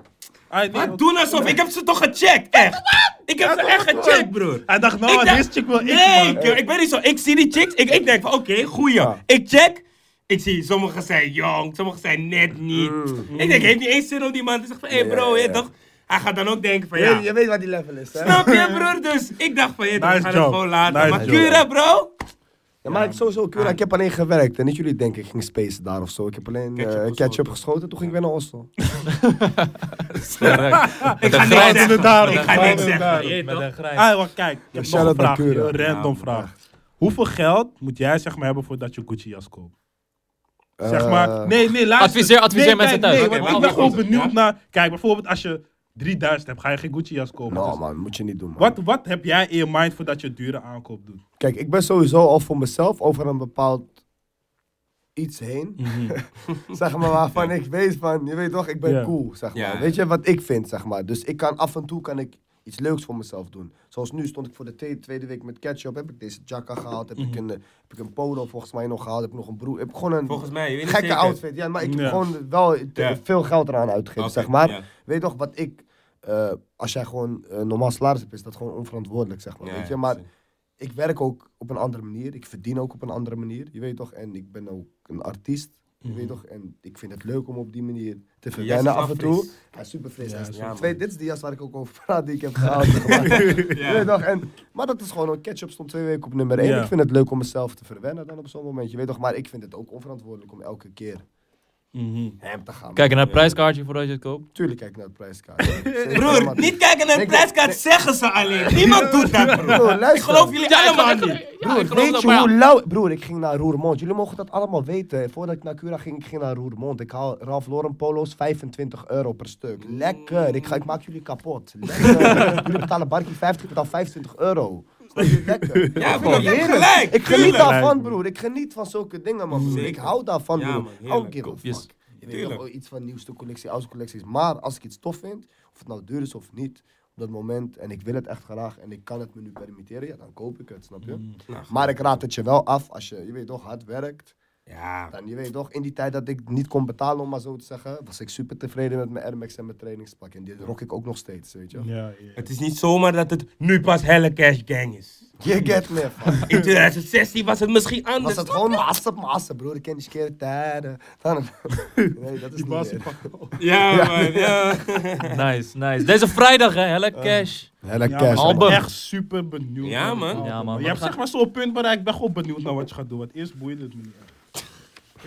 D: Hij- nee,
A: Maar doen alsof. Ik heb ze toch gecheckt, echt. Ik heb ze echt gecheckt, broer.
D: Hij dacht, nou,
A: Ik dacht-
D: deze chick wil ik,
A: Nee,
D: man.
A: ik, ik ben niet zo. Ik zie die chicks. Ik, ik denk van, oké, goeie. Ik check. Ik zie, sommigen zijn jong, sommigen zijn net niet. Ik denk, heeft niet eens zin om die man te zeggen van, hé hey bro,
C: Mm. Ja, ja,
A: je
C: ja.
A: toch? Hij gaat dan ook denken van,
C: Je,
A: ja.
C: weet- je weet wat die level is, hè?
A: Snap je, broer? Dus ik dacht van, je toch, we
D: Nice
A: gaan het
D: job.
A: gewoon laten.
D: Nice
A: Maar
D: job.
A: Cura, bro.
C: Ja, maar ik, sowieso, Cura, ik heb alleen gewerkt. En niet jullie denken, ik ging spacen daar of zo. Ik heb alleen eh,
A: Ketchup
C: ketchup,
A: geschoten.
C: geschoten, toen ging ik weer naar Oslo.
A: Ik
B: een
A: ga niks
B: grijns
A: zeggen.
D: daarop,
A: Ik ga
D: grijns
A: niks zeggen.
D: daarop.
A: je weet
B: Met
A: toch?
B: een grijns.
D: Ah, wacht, kijk. Ik heb nog
C: shout-out
D: een vraag,
C: naar Cura.
D: een random
A: Ja,
D: vraag. Hoeveel geld moet jij zeg maar hebben voordat je Gucci-jas koopt? Zeg
C: Eh,
D: maar, nee, nee, luister.
B: Adviseer- adviseer
D: Nee,
B: mensen
D: kijk,
B: thuis.
D: Nee,
B: Oké,
D: want
A: maar
D: ik ben
A: wacht
D: gewoon
A: even, ja?
D: benieuwd naar... Kijk, bijvoorbeeld als je 3000 hebt, ga je geen Gucci-jas kopen.
C: Nou
D: Dus
C: man, moet je niet doen, man.
D: wat, wat heb jij in je mind voordat je dure aankoop doet?
C: Kijk, ik ben sowieso al voor mezelf over een bepaald iets heen. zeg maar waarvan ik weet van, je weet toch, ik ben
D: Mhm. Ja.
C: cool, zeg maar.
A: Ja.
C: Weet je wat ik vind, zeg maar. Dus ik kan af en toe kan ik iets leuks voor mezelf doen. Zoals nu stond ik voor de te- tweede week met ketchup, heb ik deze jacka gehaald, heb
D: Mhm.
C: ik een eh, heb ik een polo volgens mij nog gehaald, heb ik nog een broer, heb ik gewoon een
A: Volgens mij, je weet niet
C: gekke
A: zeker.
C: outfit. Ja, maar ik heb
D: Ja.
C: gewoon wel te-
A: Ja.
C: veel geld eraan uitgegeven,
A: Oké,
C: zeg maar.
A: ja.
C: Weet toch wat ik eh, als jij gewoon eh, normaal salaris hebt, is dat gewoon onverantwoordelijk, zeg maar.
A: Ja,
C: weet je,
A: ja,
C: maar
A: precies.
C: ik werk ook op een andere manier. Ik verdien ook op een andere manier. Je weet toch? En ik ben ook een artiest. Je
A: Mhm.
C: weet toch? En ik vind het leuk om op die manier te verwennen
A: is
C: af en
A: wel
C: toe.
A: fris.
C: Hij is super fris.
D: Ja,
C: hij is
D: ja,
C: super-
A: man.
C: twee, dit is de jas waar ik ook over praat, die ik heb gehaald. zeg maar. Je weet toch? En, maar dat is gewoon, een ketchup stond twee weken op nummer één.
D: Ja.
C: Ik vind het leuk om mezelf te verwennen dan op zo'n moment. Je weet toch? Maar ik vind het ook onverantwoordelijk om elke keer hem te gaan.
B: Kijk naar het prijskaartje voordat je het koopt.
C: Tuurlijk kijk ik naar het prijskaart. Zeker,
A: Broer,
C: maar-
A: niet kijken naar de
C: Ik-
A: prijskaart, zeggen ze alleen. Niemand doet dat,
C: Broer,
A: broer.
C: luister.
A: Ik geloof jullie allemaal
B: ik-
A: niet.
B: ja, ik
C: Broer,
B: geloof
C: weet
B: dat,
C: je
B: maar ja.
C: hoe lauw... Broer, ik ging naar Roermond. Jullie mogen dat allemaal weten. Voordat ik naar Cura ging, ik ging naar Roermond. Ik haal Ralph Lauren polo's 25 euro per stuk. Lekker. Ik, ga, ik maak jullie kapot. Lekker. jullie betalen barkie 50, ik betaal 25 euro. Snap je? Lekker.
A: Ja,
C: Gewoon
A: broer, je hebt
C: heerlijk.
A: gelijk.
C: Ik geniet
A: Tuurlijk.
C: daarvan, broer. Ik geniet van zulke dingen, man. Broer. Ik
A: Zeker.
C: hou daarvan,
A: Ja,
C: broer.
A: man, heerlijk.
C: Elke keer een
B: Kopjes.
C: fuck. Je weet
A: Tuurlijk.
C: wel iets van nieuwste collectie, oudste collecties. Maar als ik iets tof vind, of het nou duur is of niet, op dat moment, en ik wil het echt graag en ik kan het me nu permitteren, ja, dan koop ik het, snap je?
A: Nou,
C: Maar ik raad het je wel af als je, je weet toch, hard werkt.
A: Ja.
C: Dan, je weet toch, in die tijd dat ik niet kon betalen, om maar zo te zeggen, was ik super tevreden met mijn Air Max en mijn trainingspak. En dit rock ik ook nog steeds, weet je. wel.
D: Ja,
A: Het is niet zomaar dat het nu pas Helle Cash Gang is.
C: Je get me, man.
A: In 2016 was het misschien anders.
C: Was het gewoon massa, massa, broer. Ik ken die skere tijden. Dan, nee, dat is
D: Die
C: niet
D: baas die
C: meer.
D: pakt op.
A: Ja, man. Ja.
B: Nice, nice. Deze vrijdag, hè? Helle
C: Eh.
B: Cash.
C: Hele
D: Ja,
C: cash,
D: maar ik
C: man.
B: Album.
D: ben echt super benieuwd.
A: Ja, man.
B: Ja, man.
D: Je
B: Maar
D: hebt
B: ga-
D: zeg maar zo'n punt bereikt. Ik ben gewoon benieuwd naar wat je gaat doen. Want eerst boeide het me niet. echt.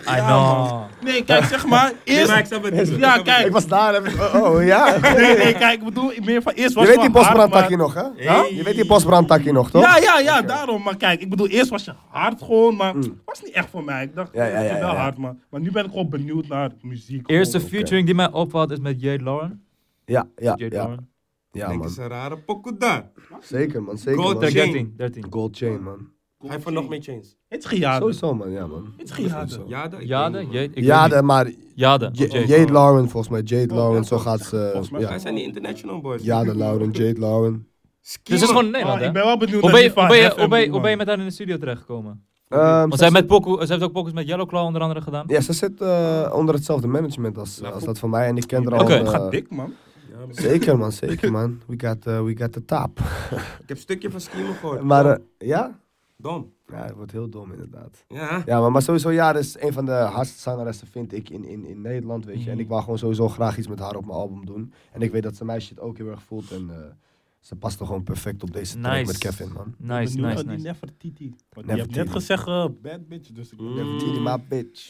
B: I know.
D: Nee, kijk, zeg maar.
A: Ja, maar ik
D: Eerst...
A: snap het.
D: Ja,
A: Ik snap het.
D: kijk.
C: Ik was daar en ik- oh, oh, ja.
D: Nee, nee, kijk, ik bedoel, meer van eerst was
C: Je weet
D: wel
C: die
D: hard,
C: bosbrandtakje
D: maar-
C: nog, hè?
A: Hey.
C: Je weet die bosbrandtakje nog, toch?
D: Ja, ja, ja, daarom. Maar kijk, ik bedoel, eerst was je hard gewoon, maar
C: Mm.
D: was niet echt voor mij. Ik dacht,
C: Ja,
D: ja,
C: ja, ja,
D: wel
C: ja.
D: hard, maar, maar nu ben ik gewoon benieuwd naar muziek.
B: Eerste
C: Oh,
D: gewoon.
B: featuring die mij opvalt is met Jade Lauren.
C: Ja, Ah, ja,
B: Jade
C: ja.
B: Lauren.
C: Ja,
A: Denk eens
C: man.
A: een rare pokoe daar.
C: Zeker, man. Zeker,
A: Gold
C: man.
A: Chain.
C: Zeker.
B: 13, 13.
C: Gold chain, man.
A: Hij heeft er nog mee chains.
D: Het is gejaagd.
C: Sowieso, man. Ja, man.
D: Het is geen haat.
C: Sowieso.
A: Jade? Ik weet
B: Jade?
A: niet, man.
B: Jade? Ik
C: Ja,
B: weet
C: de- maar
B: niet. Jade. of
C: J-
B: Jade. Dus
C: Jade Lauren, volgens mij. Jade
D: Oh,
C: Lauren,
D: ja,
C: zo gaat ze.
D: volgens mij.
C: Ja,
A: Wij zijn die international boys.
C: ja de Lauren, Jade Lauren.
B: Dus het is gewoon in Nederland,
D: Oh,
B: hè?
D: ik ben wel benieuwd
B: Hoe
D: naar
B: ben
D: die
B: je-
D: van
B: hoe ben je-
D: Hef en
B: hoe ben je-
D: Boeman.
B: hoe ben je met haar in de studio terechtgekomen?
C: Ehm,
B: Want
C: ze
B: zij
C: zit-
B: met pokoe- ze heeft ook pokus met Yellow Claw onder andere gedaan.
C: Ja, ze zit eh, onder hetzelfde management als,
D: Nou,
C: als dat van mij. En ik ken haar al.
B: Oké.
C: eh,
D: Het gaat dik, man.
C: Zeker, man. Zeker, man. We got, eh, we got the top.
A: Ik heb een stukje van Schema gehoord.
C: Maar eh, ja?
A: Dom.
C: Ja, het wordt heel dom, inderdaad.
A: Ja.
C: Ja, maar, maar sowieso, ja, dat is een van de hardste zangeressen, vind ik, in, in, in Nederland, weet je.
D: Mhm.
C: En ik wou gewoon sowieso graag iets met haar op mijn album doen. En ik weet dat ze mij shit ook heel erg voelt. En eh, ze past er gewoon perfect op deze track
B: Nice.
C: met Kevin, man.
B: Nice,
D: Benieuwd
B: nice,
D: naar die
B: nice.
D: Nefertiti. Want je hebt
C: Nefertiti.
D: net gezegd eh, bad bitch, dus ik ben
A: Mm.
C: Nefertiti, my bitch.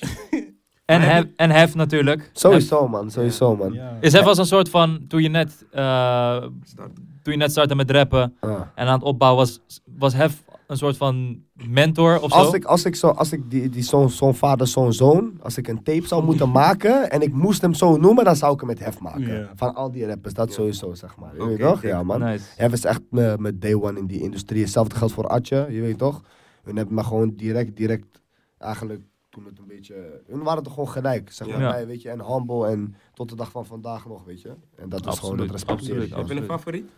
B: En Hef, en Hef natuurlijk.
C: Sowieso, man. Sowieso, man.
D: Ja.
B: Is Hef als een soort van, toen je net, eh,
A: Start.
B: toen je net startte met rappen
C: Ah.
B: en aan het opbouwen was, was Hef een soort van mentor of zo?
C: Als ik, als ik, zo, als ik die, die zo'n zo'n vader, zo'n zoon, als ik een tape zou moeten maken en ik moest hem zo noemen, dan zou ik hem met hef maken.
D: Ja.
C: Van al die rappers, dat sowieso, zeg maar. Je weet
A: Oké,
C: toch? Ja, man.
B: Nice.
C: Hef is echt me- mijn day one in die industrie. Hetzelfde geldt voor Atje, je weet toch? Hun hebben me gewoon direct, direct, eigenlijk toen het een beetje... Hun waren toch gewoon gelijk, zeg maar,
B: Ja.
C: mij, weet je. En humble en tot de dag van vandaag nog, weet je. En dat is gewoon
B: Absoluut,
C: het respect.
B: absoluut,
C: Ja.
A: Heb je een
B: absoluut.
A: favoriet?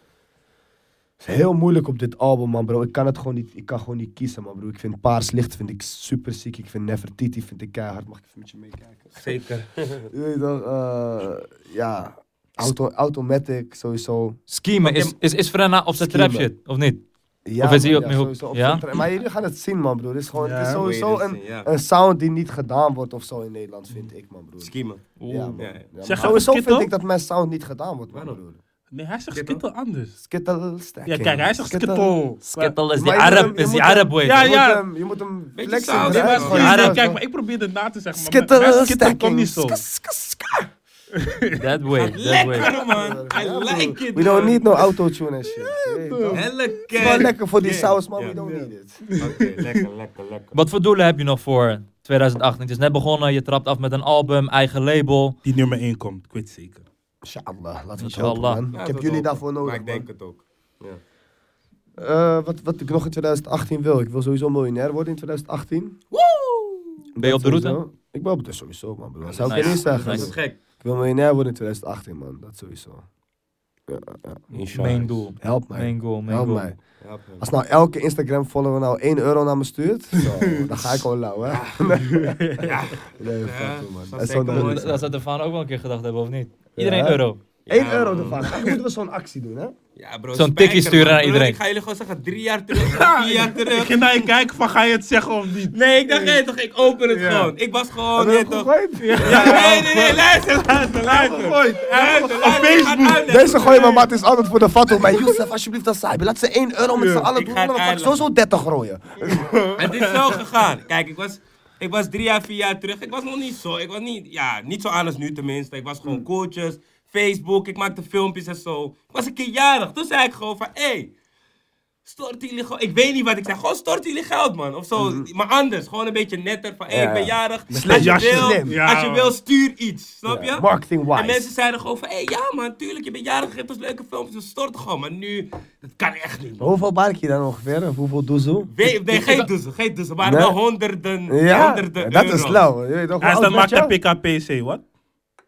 C: Het is heel moeilijk op dit album, man, bro. Ik kan het gewoon niet, ik kan gewoon niet kiezen, man, bro. Ik vind Paars Licht vind ik super ziek. Ik vind Nefertiti vind ik keihard. Mag ik even met je meekijken?
A: Zeker.
C: Je weet toch, eh, ja... Auto, automatic, sowieso.
B: Schema, is, is, is Frenna op zijn
C: Schema.
B: trap shit, of niet?
C: Ja,
B: Of is hij
C: man, ja,
B: opnieuw-
C: sowieso op
B: ja?
C: zo'n tra- Maar jullie gaan het zien, man, broer. Het is, gewoon, het is
D: Ja,
C: sowieso een,
A: Ja.
C: een sound die niet gedaan wordt of zo in Nederland, vind ik, man, broer.
A: Schema.
C: Ja, man.
A: Ja, ja.
C: Ja, man.
D: Zeg,
C: sowieso
D: Skittle?
C: vind ik dat mijn sound niet gedaan wordt, man,
A: Waarom?
C: broer.
D: Nee, hij zegt
A: Skittle?
D: skittle anders.
C: Skittle, stacking.
D: Ja, kijk, hij zegt skittle.
B: Skittle is
C: Maar
B: die
C: je moet hem-
B: Arab,
C: je
B: is die
C: moet hem-
B: Arab way.
D: Ja,
C: Je moet
D: ja.
C: hem, je moet hem
A: Beetje
C: flexen.
A: sound,
C: hè?
D: Nee, maar
A: Ja,
C: Gewoon-
D: skittle-
B: Arab.
D: nee, kijk, maar ik probeerde na te zeggen. maar mijn-
C: Skittle,
D: mijn skittle komt
C: stacking.
D: niet zo.
C: Sk- sk- sk-
B: That
C: Ah,
B: way, that way.
A: Lekker man. I
C: Ja,
A: like
C: broer.
A: it.
C: We don't
A: man.
C: need no autotune en shit. je weet toch? Het
A: Helle
C: is
A: Cash.
C: wel lekker voor die
A: Gang.
C: saus, man.
A: Ja.
C: We don't need it.
A: Oké, lekker, lekker, lekker.
B: Wat voor doelen heb je nog voor 2018? Het is net begonnen, je trapt af met een album, eigen label.
D: Die nummer 1 komt, ik weet het zeker.
C: Inshallah, laten we het
B: Inshallah.
C: helpen, man.
A: Ja,
C: Ik
A: dat
C: heb jullie
A: ook.
C: daarvoor nodig,
A: Maar ik
C: man.
A: denk het ook. Ja.
C: Eh, wat, wat ik nog in 2018 wil. Ik wil sowieso miljonair worden in 2018.
B: Ben je op de
C: Dat
B: route?
C: sowieso. Ik ben op de sowieso, man. Bro. Dat zou ik
B: nice.
C: je niet zeggen.
A: Dat
B: Nice.
A: is gek.
C: Ik wil miljonair worden in 2018, man. Dat sowieso. Ja, ja.
B: Main doel.
C: Help mij.
B: Main goal, main
C: Help
B: goal.
C: mij.
A: Ja, man.
C: Als nou elke Instagram-follower nou 1 euro naar me stuurt, zo, dan ga ik al lauw, hè? Nee,
A: Ja,
C: fuck you, man.
A: dat
C: Dat
A: is
C: is zo'n
A: zeker mooi.
B: Dat
C: Ja.
B: dat zou de Faan ook wel een keer gedacht hebben, of niet? Iedereen
C: Ja.
B: euro.
C: 1
A: Ja,
C: euro
A: man. Oh,
C: ervan. Gaan- Moeten we zo'n actie doen, hè?
A: Ja, bro.
B: Zo'n
A: spijker,
B: tikkie sturen
A: man.
B: aan
A: Bro,
B: iedereen.
A: Ik ga jullie gewoon zeggen, drie jaar terug, vier jaar
D: Ik
A: terug.
D: ging naar je kijken van ga je het zeggen of niet.
A: Nee, ik dacht, hé, toch, ik open het gewoon. Ik was gewoon,
C: Hebben
A: hé,
C: we hem
A: toch.
C: gegooid?
A: Ja, nee, nee, nee, luister, luister, luister.
D: Ooit.
A: Luister, luister,
D: Op
A: ik ga het
D: Facebook.
A: uitleggen.
C: Deze gooi maar, maar het is altijd voor de fatwa. Maar Youssef, alsjeblieft, dat saai. Laat ze 1 euro met z'n allen
A: ik
C: doen.
A: ga het
C: Dan pak ik
A: uitleggen.
C: sowieso 30 rooien.
A: Het is zo gegaan. Kijk, ik was, ik was drie jaar, vier jaar terug. Ik was nog niet zo. Ik was niet, ja, niet zo aan als nu tenminste. Ik was
C: Mm.
A: gewoon coaches, Facebook, ik maakte filmpjes en zo. Ik was een keer jarig. Toen zei ik gewoon van, hé, hey, storten jullie gewoon... Ik weet niet wat ik zei. Gewoon storten jullie geld, man. Of zo. Maar anders. Gewoon een beetje netter van, hé, hey,
C: Mm-hmm. Ja,
A: ik ben
C: ja.
A: jarig. Als
C: Slim,
A: je
C: jasje,
A: wil,
C: slim.
D: Ja,
A: als je
D: man.
A: wil stuur iets. Snap je?
C: Marketing
A: En mensen
C: wise.
A: zeiden gewoon van, hé, hey, ja man, tuurlijk, je bent jarig, je hebt ons leuke filmpjes, we storten gewoon. Maar nu, dat kan echt niet, man.
C: Hoeveel bark je dan ongeveer? Of hoeveel doezoe?
A: Weet, nee, geen doezel, geen doezel, maar
C: Nee.
A: wel honderden,
C: Ja,
A: honderden
C: dat
A: euro.
C: is lauw. Je weet toch,
D: Hij is
C: hoe
D: dan
C: oud
D: maakt hij
C: werd je?
D: PKPC, wat?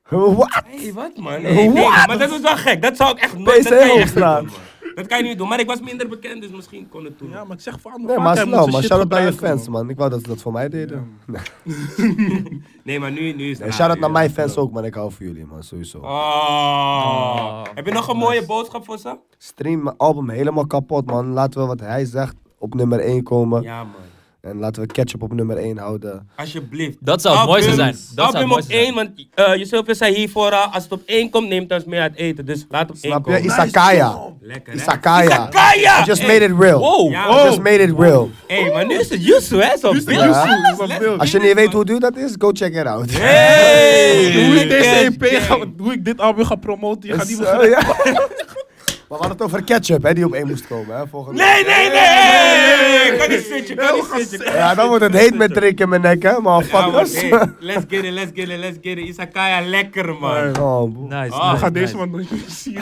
C: Wat?
A: Hé, hey, wat man? Hey, nee,
C: What?
A: maar dat is wel gek, dat zou ik echt nooit... dat kan je
C: PCO
A: echt niet
C: straat.
A: doen, man. Dat kan je nu doen, maar ik was minder bekend, dus misschien kon het toen.
D: Ja, maar ik zeg van.
C: Nee, maar snel, maar shout-out naar je fans, man. Ik wou dat ze dat voor mij deden. Nee,
A: Ah, Nee, Ah. maar nu, nu is het raar,
C: shout-out
A: nu.
C: naar mijn fans ook, man. Ik hou van jullie, man, sowieso.
A: Oh. Heb je nog een mooie boodschap voor ze?
C: Stream mijn album helemaal kapot, man. Laten we wat hij zegt op nummer 1 komen.
A: Ja, man.
C: En laten we ketchup op nummer 1 houden.
A: Alsjeblieft.
B: Dat zou het
A: Album-
B: mooiste zijn. Dat zou het
A: album op
B: mooiste
A: één,
B: zijn.
A: want eh Yusuf zei hiervoor al, als het op één komt, neemt ons mee uit eten. Dus laat op één
C: Snap
A: komen.
C: je? Isakaya.
A: Lekker, hè?
C: Isakaya.
A: Isakaya!
C: I just
A: Hey.
C: made it real.
B: Wow.
A: Ja,
C: I
A: man.
C: just made it real.
A: Hey, maar nu is het Yusuf, hè? Zo beeld.
C: Yusuf,
A: Alles
D: is op
A: lef-
D: beeld.
C: Als je niet weet hoe duur dat is, go check it out.
A: Hey!
D: Hoe ik deze EP
A: Gang.
D: ga, hoe ik dit album ga promoten, je gaat niet
C: Dus, eh,
D: begrijpen.
C: ja. Maar we hadden het over ketchup, hè, die op één moest komen, hè, volgende
A: Nee, nee, nee! Hey, Kan niet zitten, kan niet zitten. kan
C: Ja, dan wordt het heet met drinken in mijn nek, hè,
A: Ja, man,
C: motherfuckers.
A: hey, let's get it, let's get it, let's get it. Isakaya, lekker man.
C: Oh, boe.
B: Nice.
A: Ah,
B: nice,
D: Ga deze
B: nice.
D: man nooit meer zien.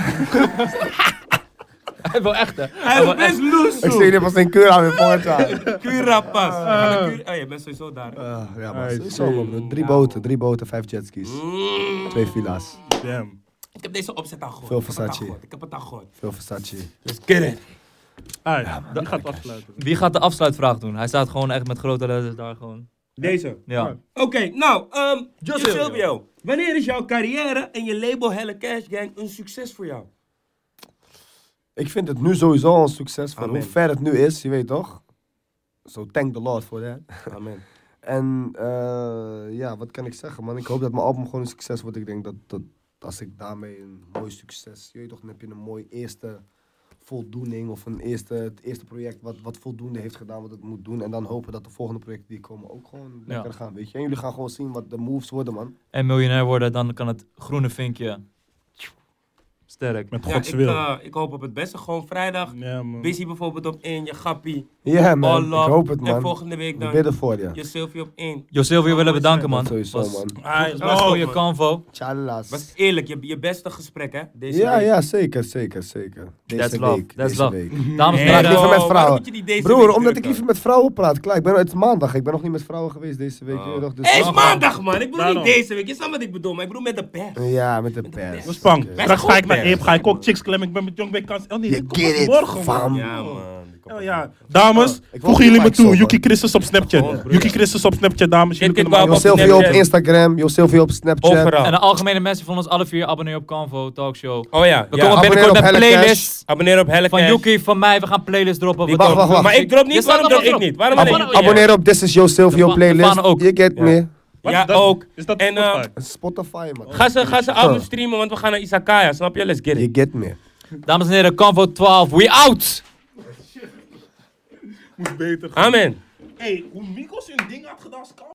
B: Hij wil Oh, echt, hè?
A: Hij is best
C: Ik zie
A: loes.
C: jullie pas in Cura weer volgend jaar.
A: Curapas. Oh, je bent sowieso daar. hè?
C: Eh, Ja, maar sowieso, man. Drie boten, drie boten, vijf jetskis. Twee villa's.
D: Damn.
A: Ik heb deze opzet aan gehoord.
C: Veel
A: Ik heb het aan
C: Versace.
A: gehoord, Ik heb het aan gehoord.
C: Veel Versace.
A: Let's get it.
D: Ah, ja, die gaat afsluiten.
B: Wie gaat de afsluitvraag doen? Hij staat gewoon echt met grote letters daar gewoon.
A: Deze.
B: Ja.
A: Oké, nou, ehm
B: Jos
A: Jos
B: Silvio.
A: Silvio. Wanneer is jouw carrière en je label Helle Cash Gang een succes voor jou?
C: Ik vind het nu sowieso al een succes voor
A: Amen.
C: hoe ver het nu is, je weet toch? So thank the Lord voor dat.
A: Amen.
C: En eh, ja, wat kan ik zeggen, man? Ik hoop dat mijn album gewoon een succes wordt. Ik denk dat, dat als ik daarmee een mooi succes. Je weet toch, dan heb je een mooi eerste voldoening of een eerste, het eerste project wat, wat voldoende heeft gedaan wat het moet doen. En dan hopen dat de volgende projecten die komen ook gewoon
B: Ja.
C: lekker gaan, weet je. En jullie gaan gewoon zien wat de moves worden, man.
B: En miljonair worden, dan kan het groene vinkje. Sterk.
D: Met
A: Ja, ik,
D: Gods wil.
A: eh, ik hoop op het beste. Gewoon vrijdag.
D: Ja, man.
A: Busy bijvoorbeeld op één, je Gappie.
C: Ja, man.
A: All love.
C: Ik hoop het,
A: En
C: man.
A: volgende week
C: We
A: dan
C: bidden voor je.
A: je Silvio op één.
B: Joseel, we willen bedanken, man.
C: Dat sowieso,
B: Was-
C: man.
D: Ah,
B: Dat was
D: oh,
B: voor je convo.
C: Tjallas.
A: Was eerlijk, je, je beste gesprek hè? Deze
C: Ja,
A: week.
C: ja, zeker, zeker, zeker. Deze
B: That's love.
C: week,
B: That's
C: deze
B: love.
C: week.
B: Dames en
A: Nee,
C: praat
A: joh,
C: liever
B: heren.
C: met
A: waarom
C: vrouwen.
A: moet je niet deze
C: Broer,
A: week
C: omdat ik
A: drukken?
C: liever met vrouwen praat. Klaar, ik ben, het is maandag. Ik ben nog niet met vrouwen geweest deze week. je weet toch, dus-
A: Het is maandag man, ik bedoel niet
D: Daarom.
A: deze week. Je snapt wat ik bedoel, maar ik bedoel met de pers.
C: Ja, met de pers.
D: Spang.
C: Oké.
D: Straks ga ik naar
A: goed,
D: Ape, ga ik ook chicks klemmen. Ik ben met Jong bij kans. Oh nee,
C: You
D: dit komt
C: get
D: pas
C: it,
D: morgen,
C: fam.
D: man.
A: Ja man.
D: Oh, ja. Dames,
C: ik wil
D: voegen jullie me
C: Mike
D: toe.
C: zo,
D: Yuki
C: man.
D: Christus op Snapchat. Yuki Christus op Snapchat, dames. Jullie
A: Kijk,
D: kunnen mij
A: kijk,
D: ook-
C: Josilvio op
A: Snapchat.
C: Instagram, Josilvio op Snapchat.
A: Overal.
B: En de algemene mensen van ons alle vier abonneer op Convo Talkshow.
A: Oh ja.
B: We
A: ja.
B: komen
C: abonneer
B: binnenkort
C: op
B: met
C: Helle
B: playlist
A: Abonneer op Helle
B: van
A: Cash.
B: Yuki, van mij. We gaan playlist droppen. We
C: Wacht,
B: droppen-
C: wacht, wacht.
A: Maar ik drop niet,
B: Je staat
A: waarom drop
B: allemaal
A: ik
B: erop.
A: niet? Waarom
B: Maar
A: alleen
B: waarom-
A: ik?
C: Abonneer op This is Josilvio
B: De fa-
C: playlist.
B: de fanen ook.
C: Je get me.
D: Wat?
A: Ja,
D: Dat-
A: ook.
D: Is dat
A: En, eh,
D: Spotify?
C: Spotify, man.
A: Ga ze, ga ze album streamen, want we gaan naar Isakaya, snap je? Let's get
C: Je
A: it.
C: get me.
B: Dames en heren, Convo 12, we out!
D: Moet beter.
A: Amen.
D: Hey, hoe Migos hun ding had gedaan, is kan-